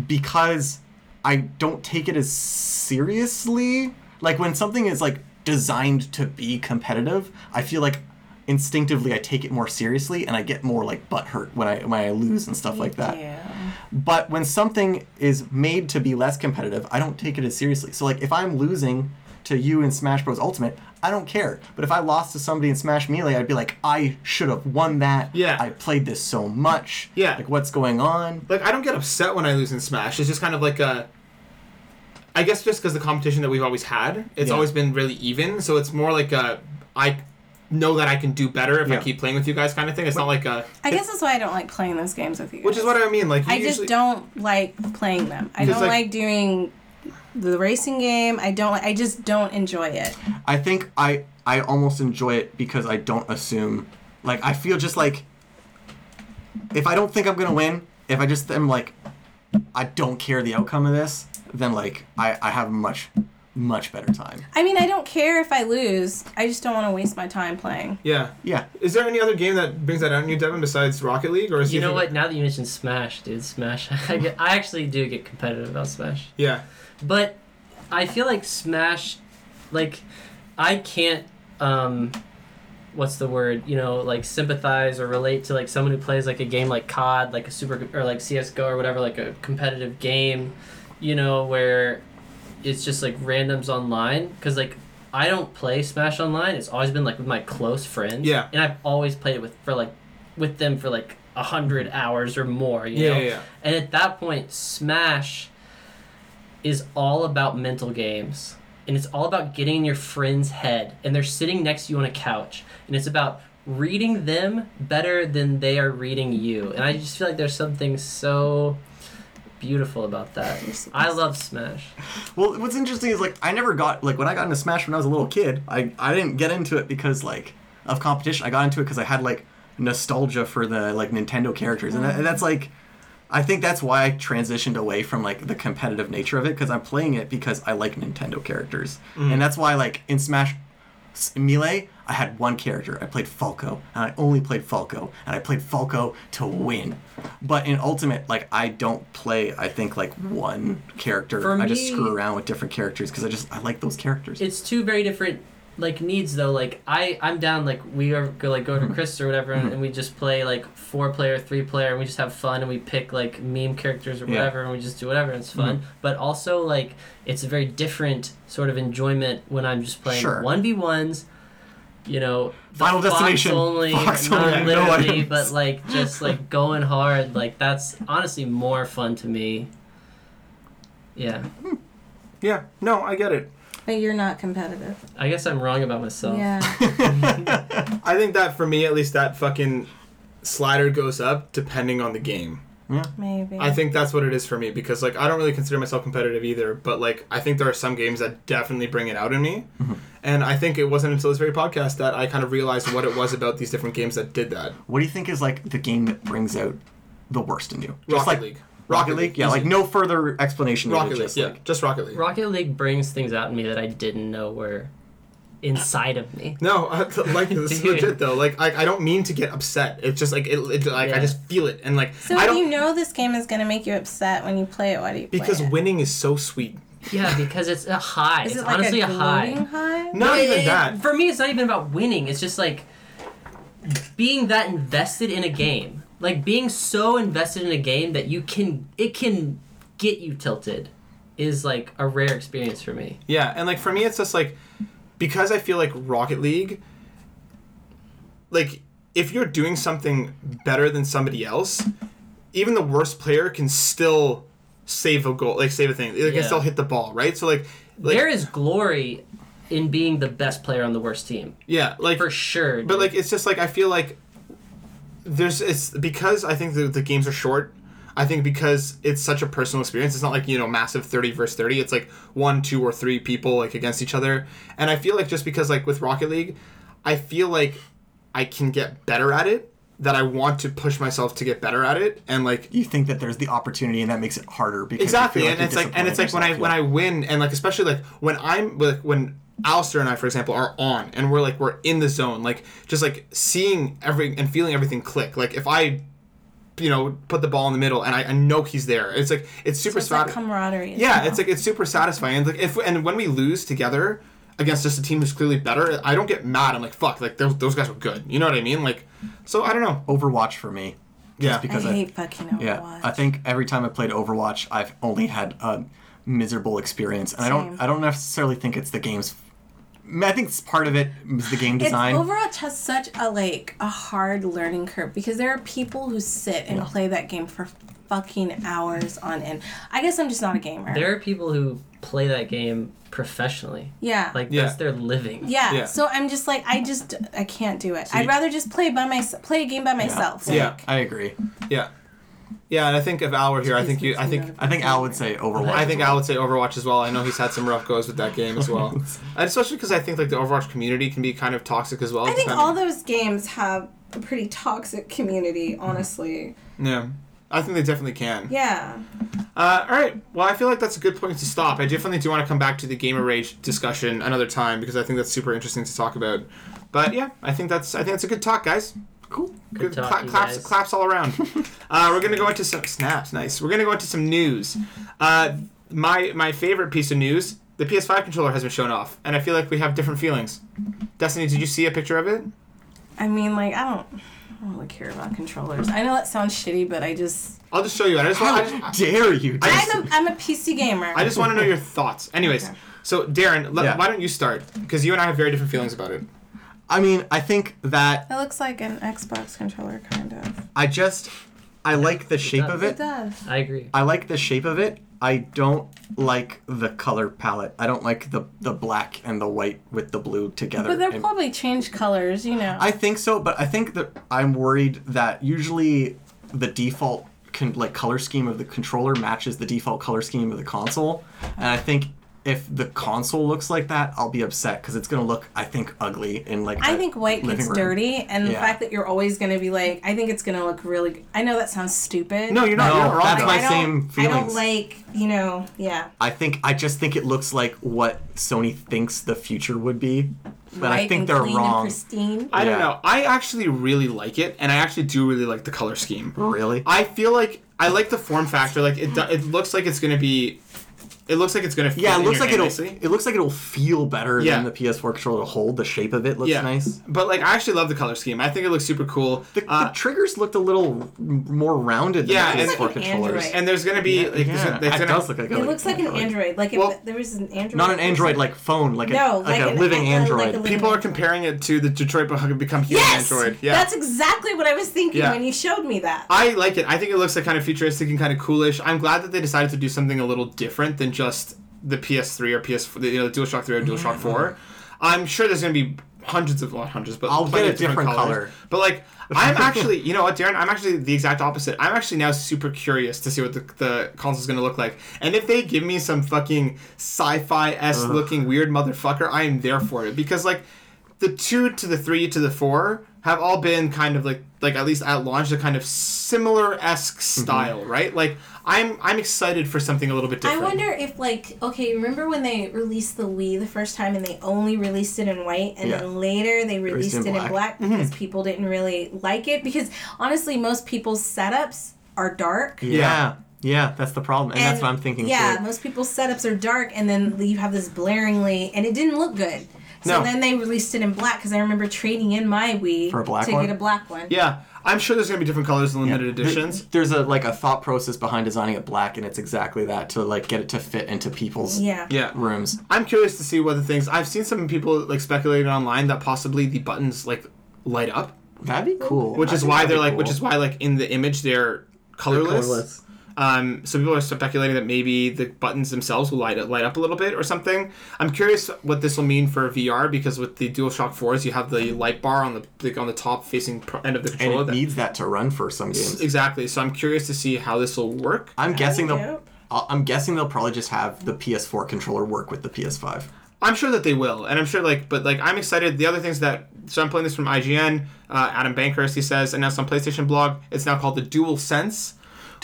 C: because I don't take it as seriously. Like when something is like designed to be competitive, I feel like instinctively I take it more seriously and I get more like butthurt when I when I lose and stuff like that. But when something is made to be less competitive, I don't take it as seriously. So like if I'm losing to you in Smash Bros Ultimate, I don't care. But if I lost to somebody in Smash Melee, I'd be like, I should have won that.
A: Yeah.
C: I played this so much.
A: Yeah.
C: Like what's going on?
A: like I don't get upset when I lose in Smash. It's just kind of like a. I guess just because the competition that we've always had, it's
C: Yeah.
A: always been really even. So it's more like a I know that I can do better if
C: Yeah.
A: I keep playing with you guys kind of thing. It's not like a
B: I guess that's why I don't like playing those games with you.
A: which is
B: guys.
A: what I mean. Like you
B: I
A: usually,
B: just don't like playing them. I don't
A: like-
B: like, doing the racing game. I don't like. I just don't enjoy it.
C: I think I I almost enjoy it because I don't assume. Like I feel just like if I don't think I'm gonna win, if I just am like I don't care the outcome of this, then like I I have a much much better time.
B: I mean, I don't care if I lose. I just don't want to waste my time playing.
A: yeah.
C: Yeah.
A: Is there any other game that brings that out in you, Devin, besides Rocket League? Or is
D: You
A: do
D: know
A: think-
D: what? Now that you mentioned Smash, dude, Smash. I, get, I actually do get competitive about Smash.
A: Yeah,
D: but I feel like Smash, like I can't, um, what's the word? You know, like sympathize or relate to like someone who plays like a game like COD, like a super or like CS:GO or whatever, like a competitive game. You know where it's just like randoms online because like. I don't play Smash Online. It's always been like with my close friends.
A: Yeah.
D: And I've always played it with for like with them for like a hundred hours or more, you
A: Yeah,
D: know?
A: yeah, yeah.
D: And at that point, Smash is all about mental games. And it's all about getting in your friend's head. And they're sitting next to you on a couch. And it's about reading them better than they are reading you. And I just feel like there's something so beautiful about that. I love Smash.
C: Well, what's interesting is like I never got like when I got into Smash when I was a little kid, I I didn't get into it because like of competition. I got into it because I had like nostalgia for the like Nintendo characters, and, that, and that's like I think that's why I transitioned away from like the competitive nature of it because I'm playing it because I like Nintendo characters, and that's why like in Smash S- Melee, I had one character. I played Falco, and I only played Falco, and I played Falco to win. But in Ultimate, like I don't play. I think like one character.
D: For
C: I just
D: me-
C: screw around with different characters because I just I like those characters.
D: it's two very different like needs though like i i'm down like we are go like go
C: Mm-hmm.
D: to chris or whatever and, and we just play like four player three player and we just have fun and we pick like meme characters or
C: Yeah. Mm-hmm.
D: whatever and we just do whatever and it's fun but also like it's a very different sort of enjoyment when i'm just playing
C: Sure.
D: 1v1s you know, the
C: Final
D: Fox
C: Destination.
D: only,
C: Fox
D: not
C: only, I know I
D: literally,
C: am.
D: but like just like going hard. Like that's honestly more fun to me. Yeah,
A: Yeah, no, I get it.
B: But you're not competitive.
D: I guess I'm wrong about myself.
B: Yeah.
A: I think that for me, at least, that fucking slider goes up depending on the game.
B: Maybe.
A: I think that's what it is for me because like I don't really consider myself competitive either, but like I think there are some games that definitely bring it out in me.
C: Mm-hmm.
A: And I think it wasn't until this very podcast that I kind of realized what it was about these different games that did that.
C: What do you think is like the game that brings out the worst in you?
A: Rocket
C: like
A: League.
C: Rocket League. Yeah,
A: Easy.
C: like no further explanation. needed,
A: Rocket League,
C: just
A: yeah,
C: like-
A: just Rocket League.
D: Rocket League brings things out in me that I didn't know were inside of me.
A: no, I, like this is
D: Dude.
A: legit though. Like I, I don't mean to get upset. It's just like it, it like I
D: Yeah.
A: just feel it and like
B: so
A: I
B: if
A: don't
B: you know this game is gonna make you upset when you play it, why do you play
A: because
B: it?
A: winning is so sweet.
D: Yeah, because it's a high.
B: is
D: it's
B: it like
D: honestly
B: a,
D: a, high.
B: gloating high?
A: Not
D: It-
A: even
D: it-
A: that.
D: For me, it's not even about winning. It's just like being that invested in a game. Like being so invested in a game that you can it can get you tilted is like a rare experience for me.
A: Yeah, and like for me, it's just like because I feel like Rocket League, like if you're doing something better than somebody else, even the worst player can still save a goal, like save a thing, they can
D: Yeah.
A: still hit the ball, right? So like, like
D: there is glory in being the best player on the worst team.
A: yeah, like
D: For sure.
A: But
D: dude.
A: like, it's just like I feel like there's it's because I think the, the games are short. I think because it's such a personal experience, it's not like you know massive thirty versus thirty. It's like one, two, or three people like against each other. And I feel like just because like with Rocket League, I feel like I can get better at it. That I want to push myself to get better at it, and like
C: you think that there's the opportunity, and that makes it harder because you
A: exactly
C: feel
A: and
C: you're
A: it's like and it's like when i
C: disappointing
A: when i win and like especially like when i'm like when Alistair and I, for example, are on and we're like we're in the zone, like just like seeing every and feeling everything click. Like if I, you know, put the ball in the middle and I, I know he's there, it's like it's
B: So
A: super
B: it's like
A: sati-
B: camaraderie. as
A: yeah,
B: well.
A: it's like it's super satisfying. And like if and when we lose together against just a team who's clearly better, I don't get mad. I'm like fuck, like those, those guys were good. You know what I mean? Like, so I don't know.
C: yourself. Overwatch for me.
A: Yeah,
B: I
C: because I-
B: hate fucking Overwatch.
C: Yeah, I think every time I played Overwatch, I've only had a miserable experience, and I don't
B: Same.
C: I don't necessarily think it's the game's. I think it's part of it is the game
B: It's,
C: design.
B: Overwatch has such a like a hard learning curve because there are people who sit and play that game for fucking hours on end. I guess I'm just not a gamer.
D: there are people who play that game professionally.
B: yeah.
D: Like
A: Yeah.
D: that's their living.
B: yeah.
A: Yeah.
B: So I'm just like I just I can't do it. I'd
A: you-
B: rather just play by myself, play a game by myself.
A: Yeah.
B: Like,
C: I agree.
A: yeah, yeah. And I think if Al were here, I think you, I think
C: I think Al would say Overwatch.
A: I think I would say Overwatch as well. I know he's had some rough goes with that game as well, and especially because I think like the Overwatch community can be kind of toxic as well.
B: I think
A: depending-
B: all those games have a pretty toxic community, honestly.
A: yeah, I think they definitely can.
B: Yeah.
A: Uh, all right. Well, I feel like that's a good point to stop. I definitely do want to come back to the gamer rage discussion another time because I think that's super interesting to talk about. But yeah, I think that's I think that's a good talk, guys.
C: cool.
A: Good
D: talk,
A: cla-
D: you
A: claps,
D: guys.
A: claps all around. uh, we're gonna go into some snaps. Nice. We're gonna go into some news. Uh, my my favorite piece of news: the PS5 controller has been shown off, and I feel like we have different feelings. Destiny, did you see a picture of it?
B: I mean, like I don't, I don't really care about controllers. I know that sounds shitty, but I just
A: I'll just show you. I just want. I
C: How
A: just,
C: dare you?
B: I'm
C: Jason?
B: a, I'm a PC gamer.
A: I just want to know your thoughts. Anyways, so Darren, let,
C: Yeah.
A: why don't you start? Because you and I have very different feelings about it.
C: I mean, I think that
B: It looks like an Xbox controller, kind of.
C: I just I like the shape
D: does.
C: of
B: It
C: it.
B: does.
D: I agree.
C: I like the shape of it. I don't like the color palette. I don't like the the black and the white with the blue together.
B: But they'll
C: And-
B: probably change colors, you know.
C: I think so, but I think that I'm worried that usually the default con- like color scheme of the controller matches the default color scheme of the console, and I think if the console looks like that, I'll be upset because it's gonna look, I think, ugly in like.
B: I
C: the
B: think white
C: living
B: gets
C: room.
B: dirty, and the
C: Yeah.
B: fact that you're always going to be like, I think it's going to look really. g- I know that sounds stupid.
A: No, you're not.
C: No,
A: you're not wrong.
C: that's
B: Like,
C: my
B: I don't-
C: same
B: I don't
C: feelings.
B: like, you know, yeah.
C: I think I just think it looks like what Sony thinks the future would be, but I
B: White
C: think
B: and
C: they're
B: clean
C: wrong.
B: And pristine.
A: I don't
C: Yeah.
A: know. I actually really like it, and I actually do really like the color scheme.
C: Really?
A: I feel like I like the form factor. Like it, do- it looks like it's gonna be It looks like it's gonna. Fit
C: Yeah,
A: in
C: it looks
A: your
C: like
A: hand
C: it'll
A: nicely.
C: it looks like it'll feel better
A: Yeah.
C: than the PS4 controller to hold. The shape of it looks
A: Yeah,
C: nice.
A: But like, I actually love the color scheme. I think it looks super cool.
C: The,
A: Uh,
C: the triggers looked a little m- more rounded than
A: Yeah,
C: the
A: and-
C: PS4
B: Looks like an
C: controllers.
B: Android.
A: and there's gonna be like, there's
C: yeah,
A: gonna- there's
C: it
A: gonna-
C: does look like a-
B: It looks like an Android. Like if
A: Well,
B: there was an Android.
C: Not an Android like phone, like
B: No,
C: a like,
B: like
C: a
B: an-
C: living
B: like a-
C: Android.
B: like a
A: people are comparing it to the Detroit Become Become Human
B: Yes,
A: Android. Yeah,
B: that's exactly what I was thinking
A: Yeah.
B: when you showed me that.
A: I like it. I think it looks like kind of futuristic and kind of coolish. I'm glad that they decided to do something a little different than just the PS3 or PS4, the, you know, the DualShock 3 or DualShock 4. I'm sure there's going to be hundreds of not hundreds, but
C: Mm-hmm. I'll
A: plenty
C: get a
A: of
C: different
A: colors.
C: color.
A: But like, I'm actually, you know what, Darren? I'm actually the exact opposite. I'm actually now super curious to see what the, the console's going to look like, and if they give me some fucking sci-fi s looking weird motherfucker, I am there for it because like the two to the three to the four have all been kind of like like at least at launch a kind of similar esque style, right? Like I'm I'm excited for something a little bit
B: I
A: different.
B: wonder if like okay, remember when they released the Wii the first time and they only released it in white, and
C: Yeah.
B: then later they released it in black, because people didn't really like it because honestly, most people's setups are dark.
C: yeah. yeah, that's the problem, and, that's what I'm thinking.
B: Yeah,
C: too.
B: most people's setups are dark, and then you have this blaringly, and it didn't look good. So
A: No.
B: then they released it in black because I remember trading in my Wii
C: For a black
B: to
C: one?
B: get a black one.
A: yeah, I'm sure there's gonna be different colors and limited
C: There-
A: editions.
C: There's a like a thought process behind designing it black, and it's exactly that to like get it to fit into people's
B: Yeah.
A: Yeah.
C: rooms.
A: I'm curious to see what the things I've seen some people like speculating online that possibly the buttons like light up,
C: That'd be cool.
A: which
C: I
A: is
C: think
A: why
C: that'd
A: they're
C: be
A: like which
C: cool.
A: is why like in the image they're colorless. Um, so people are speculating that maybe the buttons themselves will light up, light up a little bit or something. I'm curious what this will mean for VR because with the DualShock 4s, you have the light bar on the like, on the top facing pro- end of the
C: and
A: controller.
C: it
A: that-
C: needs that to run for some games.
A: exactly. So I'm curious to see how this will work.
C: I'm guessing
B: be
C: they'll.
B: dope.
C: I'll- I'm guessing they'll probably just have the PS4 controller work with the PS5.
A: I'm sure that they will, and I'm sure like, but like, I'm excited. The other things that so I'm playing this from IGN. Uh, Adam Bankhurst he says announced on PlayStation blog. It's now called the Dual Sense.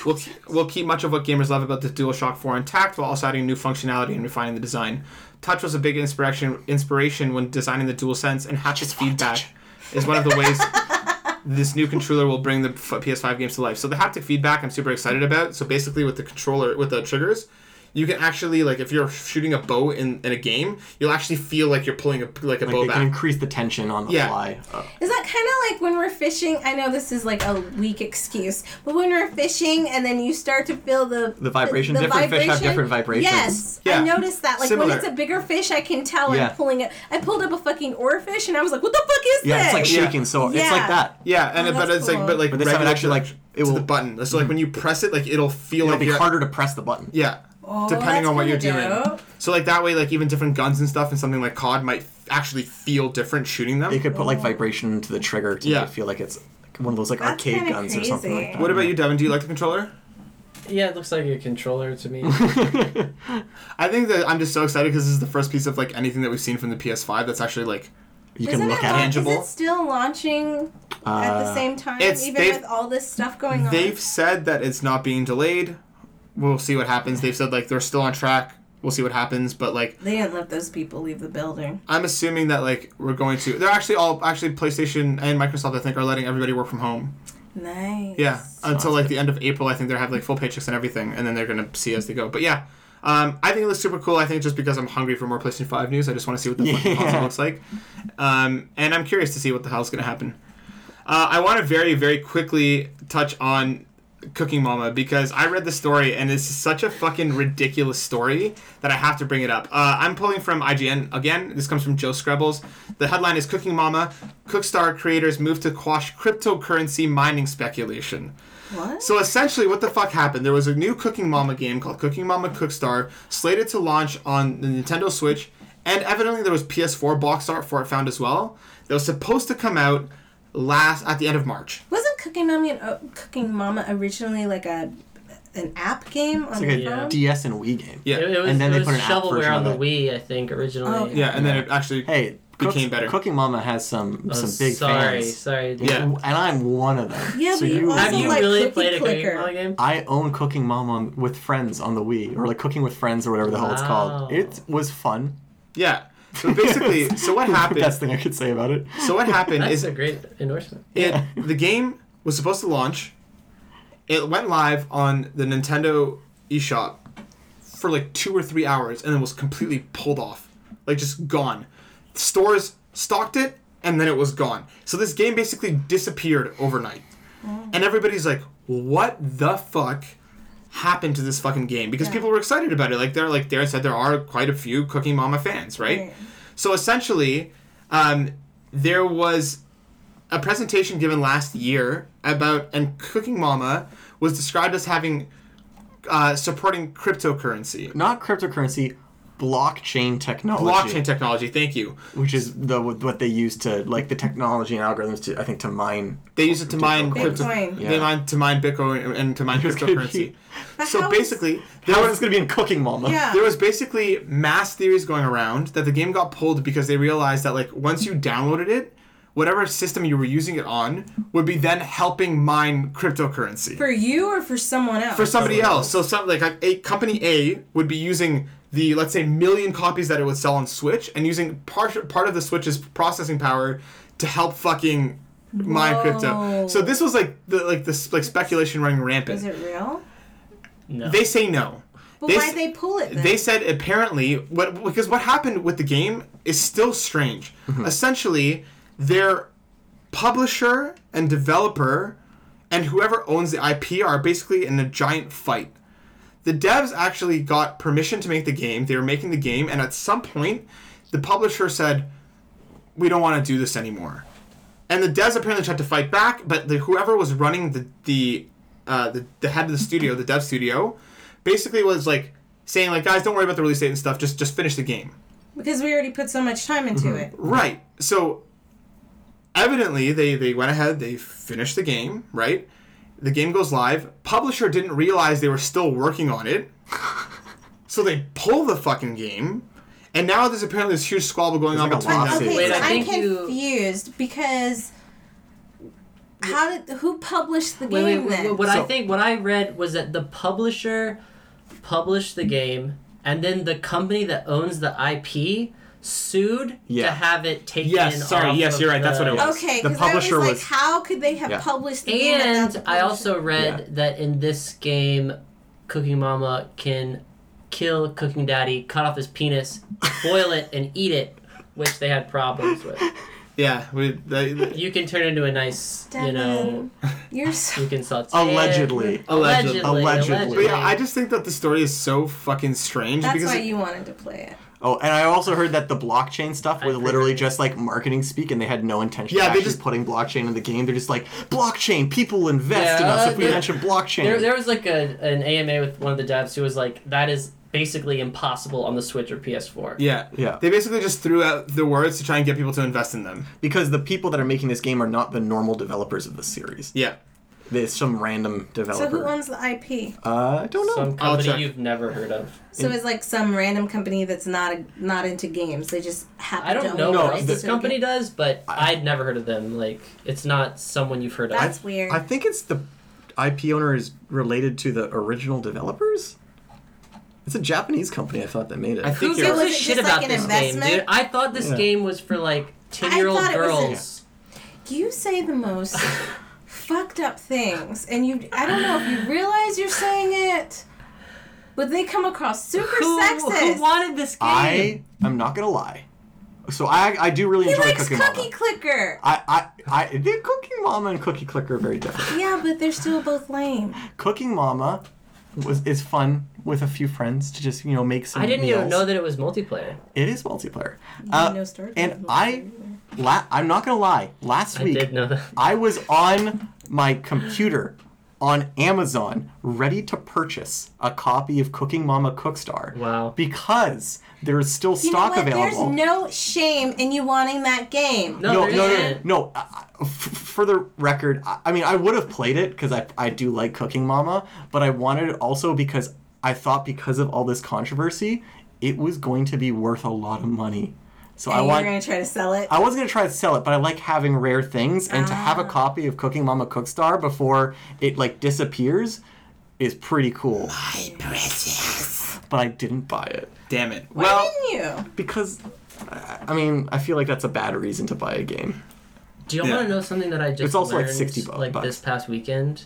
A: We'll, we'll keep much of what gamers love about the DualShock 4 intact, while also adding new functionality and refining the design. Touch was a big inspiration inspiration when designing the DualSense, and haptic feedback is one of the ways this new controller will bring the f- PS5 games to life. So the haptic feedback I'm super excited about. So basically with the controller with the triggers, you can actually like if you're shooting a bow in, in a game, you'll actually feel like you're pulling a like a
C: Like
A: bow
C: they can
A: back.
C: increase the tension on the
A: Yeah.
C: fly. Uh,
B: Is that kind of like when we're fishing? I know this is like a weak excuse, but when we're fishing and then you start to feel the
C: The vibration? Different fish have different vibrations.
B: Yes,
A: Yeah.
B: I noticed that. Like
A: Similar.
B: when it's a bigger fish, I can tell
C: Yeah.
B: I'm pulling it. I pulled up a fucking oar fish and I was like, "What the fuck is
C: yeah,
B: this?"
C: it's like
A: Yeah.
C: shaking, so it's
B: Yeah.
C: like that.
A: Yeah, and
B: Oh,
A: it, but
B: that's
A: it's like
B: cool.
A: but like
C: But this time it
A: regular
C: actually,
A: to-
C: like, it
A: to
C: will- Mm-hmm.
A: the button. So like when you press it, like it'll feel
C: It'll
A: like
C: be
A: you're,
C: harder to press the button.
A: Yeah. depending
B: Oh, that's
A: on what you're
B: kinda
A: doing.
B: dope.
A: So like that way, like even different guns and stuff and something like COD might f- actually feel different shooting them.
C: They could put like vibration into the trigger to
A: Yeah.
C: make it feel like it's like, one of those like
B: That's
C: arcade
B: kinda
C: guns or something like
B: crazy.
C: that.
A: what about you, Devin? Do you like the controller?
D: Yeah, it looks like a controller to me.
A: I think that I'm just so excited because this is the first piece of like anything that we've seen from the PS5 that's actually like
C: You
B: Isn't
C: can look
B: it
C: at
B: launch-
C: it.
A: tangible.
B: Is it still launching at the
C: Uh,
B: same time,
A: it's-
B: even
A: they've-
B: with all this stuff going on?
A: They've said that it's not being delayed. We'll see what happens. They've said like they're still on track. We'll see what happens. But like
B: They didn't let those people leave the building.
A: I'm assuming that like we're going to. They're actually all actually PlayStation and Microsoft I think are letting everybody work from home.
B: Nice.
A: Yeah, until like the end of April, I think they have like full paychecks and everything, and then they're gonna see as they go. But yeah, um, I think it looks super cool. I think just because I'm hungry for more PlayStation Five news, I just want to see what the fucking console
C: Yeah.
A: looks like, um, and I'm curious to see what the hell's gonna happen. Uh, I want to very very quickly touch on Cooking Mama because I read the story and it's such a fucking ridiculous story that I have to bring it up. Uh, I'm pulling from IGN again. This comes from Joe Screbbles. The headline is Cooking Mama: Cookstar creators move to quash cryptocurrency mining speculation.
B: What?
A: So essentially, what the fuck happened? There was a new Cooking Mama game called Cooking Mama Cookstar, slated to launch on the Nintendo Switch, and evidently there was PS4 box art for it found as well. That was supposed to come out last at the end of March.
B: Wasn't Cooking Mommy and
E: uh,
B: oh, Cooking Mama originally like a an app game on
C: It's like a
B: your phone?
C: DS and Wii game.
A: Yeah,
D: It, it was,
C: And then
D: it
C: they
D: was
C: put an app version
D: shovelware on the
C: of
D: Wii, I think, originally.
B: Oh, okay.
A: yeah, and then it actually
C: Hey,
A: Became
C: Cooks-
A: better.
C: Cooking Mama has some
D: Oh,
C: some big
D: sorry,
C: fans.
D: sorry. dude.
A: Yeah.
C: And I'm one of them.
B: Yeah,
C: So
B: but you also
D: Have you
B: like
D: really
B: Cookie
D: played a
B: Clicker.
D: Cooking Mama game?
C: I own Cooking Mama on- with friends on the Wii, or like Cooking with Friends, or whatever the hell it's
D: Wow.
C: called. It was fun.
A: yeah. So basically, so what happened?
C: Best thing I could say about it.
A: so what happened
D: That's
A: is
D: a great endorsement.
A: it the game was supposed to launch. It went live on the Nintendo eShop for like two or three hours and then was completely pulled off, like just gone. Stores stocked it and then it was gone. So this game basically disappeared overnight, and everybody's like, "What the fuck?" happened to this fucking game because people were excited about it like they're like Darren said there are quite a few cooking mama fans right
B: Right.
A: so essentially um, there was a presentation given last year about and Cooking Mama was described as having uh, supporting cryptocurrency,
C: Not cryptocurrency, blockchain technology.
A: blockchain technology. Thank you.
C: which is the what they use to like the technology and algorithms to I think to mine.
A: They use it to mine crypto.
B: Bitcoin.
A: They
C: Yeah.
A: mine to mine Bitcoin and to mine
C: It's gonna
A: cryptocurrency.
C: be-
A: So
B: how is-
A: basically, there
C: How is
A: was
C: this going to be in cooking, Mama?
B: Yeah.
A: there was basically mass theories going around that the game got pulled because they realized that like once you downloaded it, whatever system you were using it on would be then helping mine cryptocurrency.
E: For you or for someone else?
A: for somebody
C: Someone
A: else. So some like a, a company A would be using the let's say million copies that it would sell on Switch and using part part of the Switch's processing power to help fucking mine crypto.
E: Whoa.
A: So this was like the like this like speculation running rampant.
E: Is it real?
D: No.
A: they say no.
E: But
A: They
E: why'd
A: s-
E: they pull it then?
A: They said apparently what because what happened with the game is still strange. Essentially, their publisher and developer and whoever owns the IP are basically in a giant fight. The devs actually got permission to make the game. They were making the game and at some point the publisher said, "We don't want to do this anymore." And the devs apparently tried to fight back, but the whoever was running the the uh, the, the head of the studio, the dev studio, basically was like saying like, guys, don't worry about the release date and stuff. Just just finish the game.
E: because we already put so much time into it.
A: Right. So evidently they they went ahead, they finished the game, right? The game goes live. Publisher didn't realize they were still working on it. so they pull the fucking game. And now there's apparently this huge squabble going on
C: like a
A: between
C: lawsuit.
A: them.
E: Okay,
D: Wait,
E: so
D: I
E: I'm
D: think you-
E: confused because how did who published the game
D: Wait, wait, wait,
E: then?
D: wait, what I
C: So-
D: think, what I read was that the publisher published the game, and then the company that owns the IP sued to
C: Yeah.
D: have it taken.
A: Yes, sorry,
D: off
A: yes,
D: of
A: you're right,
D: The,
A: that's what it was.
E: Okay,
C: The
E: because I was
C: publisher
E: like,
C: was-
E: how could they have
C: Yeah.
E: published the game? without
D: And
E: the
D: I
E: publisher?
D: also read
C: Yeah.
D: that in this game, Cooking Mama can kill Cooking Daddy, cut off his penis, boil it, and eat it, which they had problems with.
A: Yeah, we, they, they-
D: You can turn into a nice, you know,
E: Devin, you're so
D: you can saute.
C: Allegedly.
A: Allegedly.
D: Allegedly.
C: Allegedly.
A: but yeah, I just think that the story is so fucking strange
E: that's
A: because
E: why you wanted to play it.
C: Oh, and I also heard that the blockchain stuff was
D: heard
C: literally
D: that.
C: just like marketing speak, and they had no intention
A: Yeah,
C: of
A: they
C: actually
A: just-
C: putting blockchain in the game. They're just like blockchain. People invest in
D: Yeah,
C: us if we
D: there-
C: mention blockchain.
D: There, there was like a, an AMA with one of the devs who was like, that is basically impossible on the Switch or PS4.
A: yeah,
C: Yeah.
A: they basically just threw out the words to try and get people to invest in them.
C: because the people that are making this game are not the normal developers of the series.
A: Yeah,
C: There's some random developer.
E: So who owns the IP?
C: uh, I don't know.
D: Some
A: check.
D: company you've never heard of.
E: So it's like some random company that's not not into games. They just happen.
D: I don't
E: to
D: know
E: own
D: what
E: the
D: else this
E: rights to a
D: company
E: game.
D: does, but I'd never heard of them. Like, it's not someone you've heard
E: That's
D: of.
E: weird.
C: I think it's the IP owner is related to the original developers. It's a Japanese company. I thought that made it.
A: I
D: Who
A: think you're.
D: gives
E: Was
D: a
E: it
D: shit
E: just
D: about
E: like an
D: this game, dude?
E: investment?
D: I thought this
C: Yeah.
D: game was for like ten year old
E: thought it was a-
D: girls.
E: You say the most fucked up things, and you I don't know if you realize you're saying it, but they come across super
D: Who,
E: sexist.
D: who wanted this game?
C: I am not gonna lie. So I I do really
E: he
C: enjoy
E: likes
C: Cookie
E: Cookie
C: Mama.
E: Clicker.
C: I I I the Cooking Mama and Cookie Clicker are very different.
E: Yeah, but they're still both lame.
C: Cooking Mama was is fun with a few friends to just you know make some.
D: I didn't
C: meals.
D: even know that it was multiplayer.
C: it is multiplayer.
E: Uh,
C: Uh,
E: no story.
C: and I, la- I'm not gonna lie. Last
D: I
C: week
D: did know that.
C: I was on my computer on Amazon ready to purchase a copy of Cooking Mama Cookstar.
D: Wow.
C: Because there is still
E: You know
C: stock
E: what?
C: available.
E: There's no shame in you wanting that game.
D: No,
C: no,
D: there
C: no, no,
D: isn't.
C: no. uh, uh, f- For the record, I, I mean, I would have played it because I, I do like Cooking Mama, but I wanted it also because I thought because of all this controversy, it was going to be worth a lot of money. So I
E: and
C: want.
E: you're gonna try to sell it.
C: I was gonna try to sell it, but I like having rare things, and to have a copy of Cooking Mama Cookstar before it like disappears is pretty cool. But I didn't buy it
A: Damn it.
E: Why
A: Well,
E: didn't you?
C: because, I I mean, I feel like that's a bad reason to buy a game.
D: Do you
A: Yeah.
D: want to know something that I just
C: It's also, like,
D: learned,
C: 60 bu-
D: like
C: bucks.
D: this past weekend?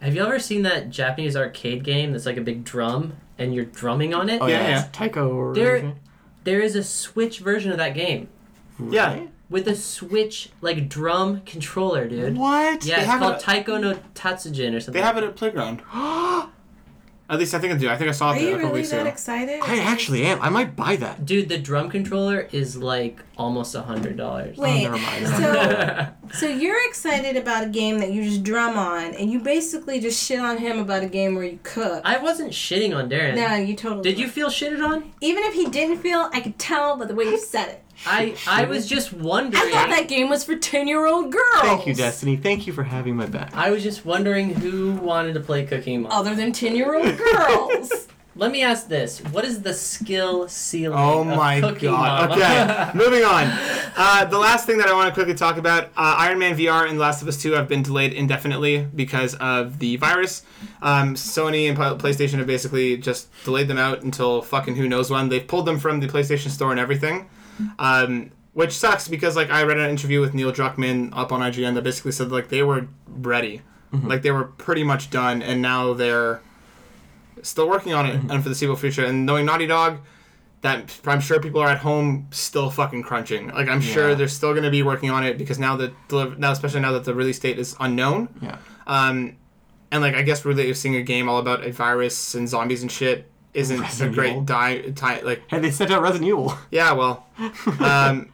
D: Have you ever seen that Japanese arcade game that's like a big drum and you're drumming on it?
C: Oh, yeah, Mm-hmm.
A: Yeah,
C: it's Taiko or
D: There, there is a Switch version of that game
A: Yeah.
D: with a Switch like drum controller, dude.
C: What?
D: Yeah,
A: They
D: it's
A: have
D: called
A: it-
D: Taiko no Tatsujin or something.
A: They have it at Playground. at least I think I do. I think I saw
E: Are
A: it
E: you
A: there a couple
E: really
A: weeks
E: that
A: ago.
E: excited?
C: I actually am. I might buy that.
D: Dude, the drum controller is like almost a hundred dollars.
E: Wait,
C: Oh, never mind.
E: so so you're excited about a game that you just drum on, and you basically just shit on him about a game where you cook.
D: I wasn't shitting on Darren.
E: no, you totally.
D: Did you
E: were.
D: feel shitted on?
E: Even if he didn't feel, I could tell by the way you said it.
D: I I was just wondering.
E: I thought that game was for ten-year-old girls.
C: Thank you, Destiny. Thank you for having my back.
D: I was just wondering who wanted to play Cooking Mama.
E: Other than ten-year-old girls.
D: Let me ask this: What is the skill ceiling?
A: Oh
D: of
A: my
D: Cooking
A: god.
D: Mama?
A: Okay, moving on. Uh, the last thing that I want to quickly talk about uh, Iron Man VR and The Last of Us 2 have been delayed indefinitely because of the virus. Um, Sony and Pl- PlayStation have basically just delayed them out until fucking who knows when. They've pulled them from the PlayStation Store and everything. Um, which sucks because like I read an interview with Neil Druckmann up on IGN that basically said like they were ready,
E: Mm-hmm.
A: like they were pretty much done, and now they're still working on it
C: Mm-hmm.
A: and for the foreseeable future. And knowing Naughty Dog, that I'm sure people are at home still fucking crunching. Like I'm
C: Yeah.
A: sure they're still going to be working on it because now the deliver- now especially now that the release date is unknown.
C: Yeah.
A: Um, and like I guess really seeing a game all about a virus and zombies and shit isn't
C: Resident
A: a great
C: Evil.
A: di- ti like
C: Hey, they sent out Resident Evil.
A: yeah, well. Um,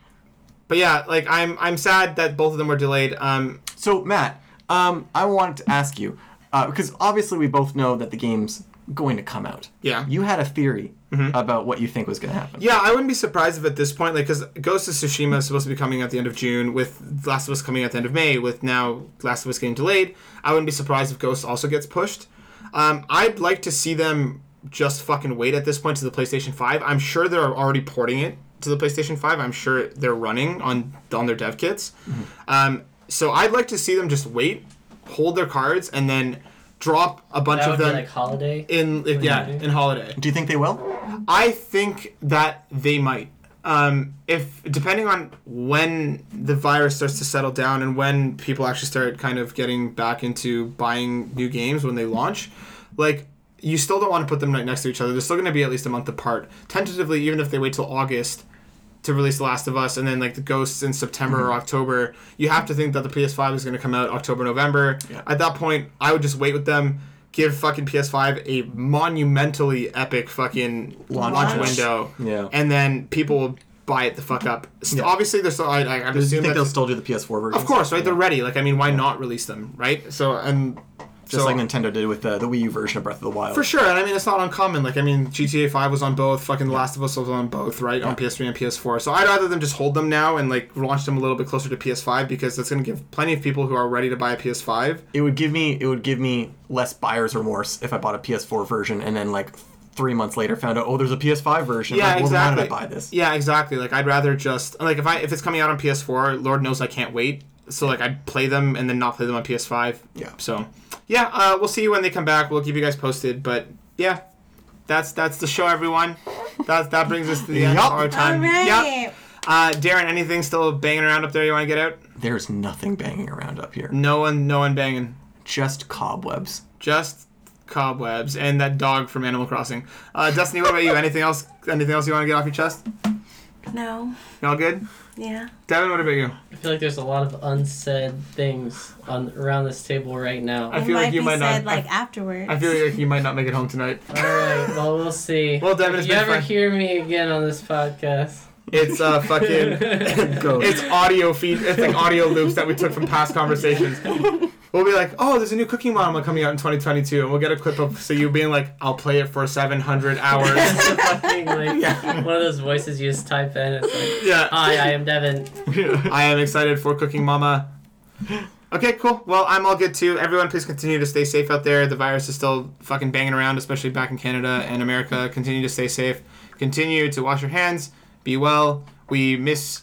A: but yeah, like I'm I'm sad that both of them were delayed. Um,
C: So, Matt, um, I wanted to ask you uh, because obviously we both know that the game's going to come out.
A: Yeah. Mm-hmm.
C: You had a theory about what you think was going to happen.
A: yeah, I wouldn't be surprised if at this point, like, because Ghost of Tsushima is supposed to be coming at the end of June, with Last of Us coming at the end of May, with now Last of Us getting delayed. I wouldn't be surprised if Ghost also gets pushed. Um, I'd like to see them just fucking wait at this point to the PlayStation Five. I'm sure they're already porting it to the PlayStation Five. I'm sure they're running on on their dev kits. Um, so I'd like to see them just wait, hold their cards, and then drop a bunch
D: That
A: of
D: would be
A: them.
D: like holiday.
A: in if, yeah
D: Holiday.
A: in holiday
C: Do you think they will?
A: i think that they might um, if depending on when the virus starts to settle down and when people actually start kind of getting back into buying new games when they launch like you still don't want to put them right next to each other they're still going to be at least a month apart tentatively even if they wait till august to release The Last of Us and then like the Ghosts in September
C: Mm-hmm.
A: or October, you have to think that the PS5 is going to come out October November. At that point, I would just wait with them. Give fucking PS5 a monumentally epic fucking launch,
C: Launch.
A: window,
C: Yeah.
A: and then people will buy it the fuck up. St-
C: Yeah.
A: Obviously, they're still. I, I, I'm
C: Do you
A: assuming
C: think
A: that-
C: they'll still do the PS4 version?
A: of course, right? They're ready. Like, I mean, why not release them, right? So and
C: Just
A: so,
C: like Nintendo did with the, the Wii U version of Breath of the Wild.
A: for sure, and I mean it's not uncommon. Like I mean, GTA Five was on both. Fucking The Last of Us was on both, right? On PS3 and PS4. So I'd rather them just hold them now and like launch them a little bit closer to PS5 because that's going to give plenty of people who are ready to buy a PS5.
C: It would give me it would give me less buyer's remorse if I bought a PS4 version and then like three months later found out oh there's a PS5 version.
A: Yeah,
C: like,
A: exactly.
C: Well, why did I buy this?
A: Yeah, exactly. Like I'd rather just like if I if it's coming out on PS4, Lord knows I can't wait. So like I'd play them and then not play them on PS5.
C: Yeah.
A: So yeah, uh, we'll see when they come back. We'll keep you guys posted. But yeah, that's that's the show, everyone. That that brings us to the end
C: Yup.
A: of our time.
E: All right.
A: Yup. Uh, Darren, anything still banging around up there you want to get out?
C: There's nothing banging around up here.
A: No one, no one banging.
C: Just cobwebs.
A: Just cobwebs and that dog from Animal Crossing. Uh, Destiny, what about you? Anything else? Anything else you want to get off your chest?
E: No.
A: You all good?
E: Yeah.
A: Devin, what about you?
D: I feel like there's a lot of unsaid things on around this table right now.
A: I
E: It
A: feel like
E: might
A: you
E: be
A: might not-
E: said like afterwards.
A: I feel like you might not make it home tonight.
D: All right, well we'll see.
A: Well, Devin,
D: if
A: it's
D: you
A: been
D: ever
A: fun.
D: hear me again on this podcast,
A: It's uh fucking
C: Go.
A: it's audio feed it's like audio loops that we took from past conversations. We'll be like, oh, there's a new Cooking Mama coming out in 2022, and we'll get a clip of so you being like, I'll play it for 700 hours.
D: it's fucking like one of those voices you just type in. It's like,
A: yeah,
D: hi, I am Devin.
A: I am excited for Cooking Mama. Okay, cool. Well, I'm all good too. Everyone, please continue to stay safe out there. The virus is still fucking banging around, especially back in Canada and America. Continue to stay safe. Continue to wash your hands. Be well. We miss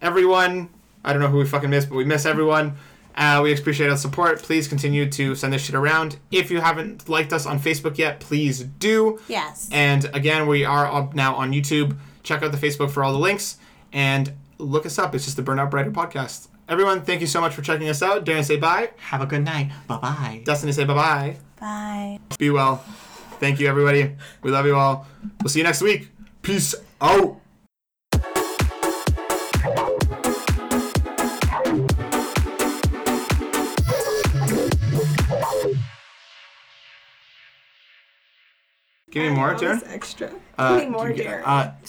A: everyone. I don't know who we fucking miss, but we miss everyone. Uh, we appreciate all the support. Please continue to send this shit around. If you haven't liked us on Facebook yet, please do.
E: yes.
A: And again, we are up now on YouTube. Check out the Facebook for all the links and look us up. It's just the Burnout Brighter podcast. Everyone, thank you so much for checking us out. Darren, say bye.
C: Have a good night. Bye bye.
A: Destiny, say bye bye.
E: Bye.
A: Be well. Thank you, everybody. We love you all. We'll see you next week. Peace out. Give me more,
B: That was
A: Darren.
B: Extra.
C: Uh,
B: Give me more,
C: do you
B: Darren.
C: get- Uh,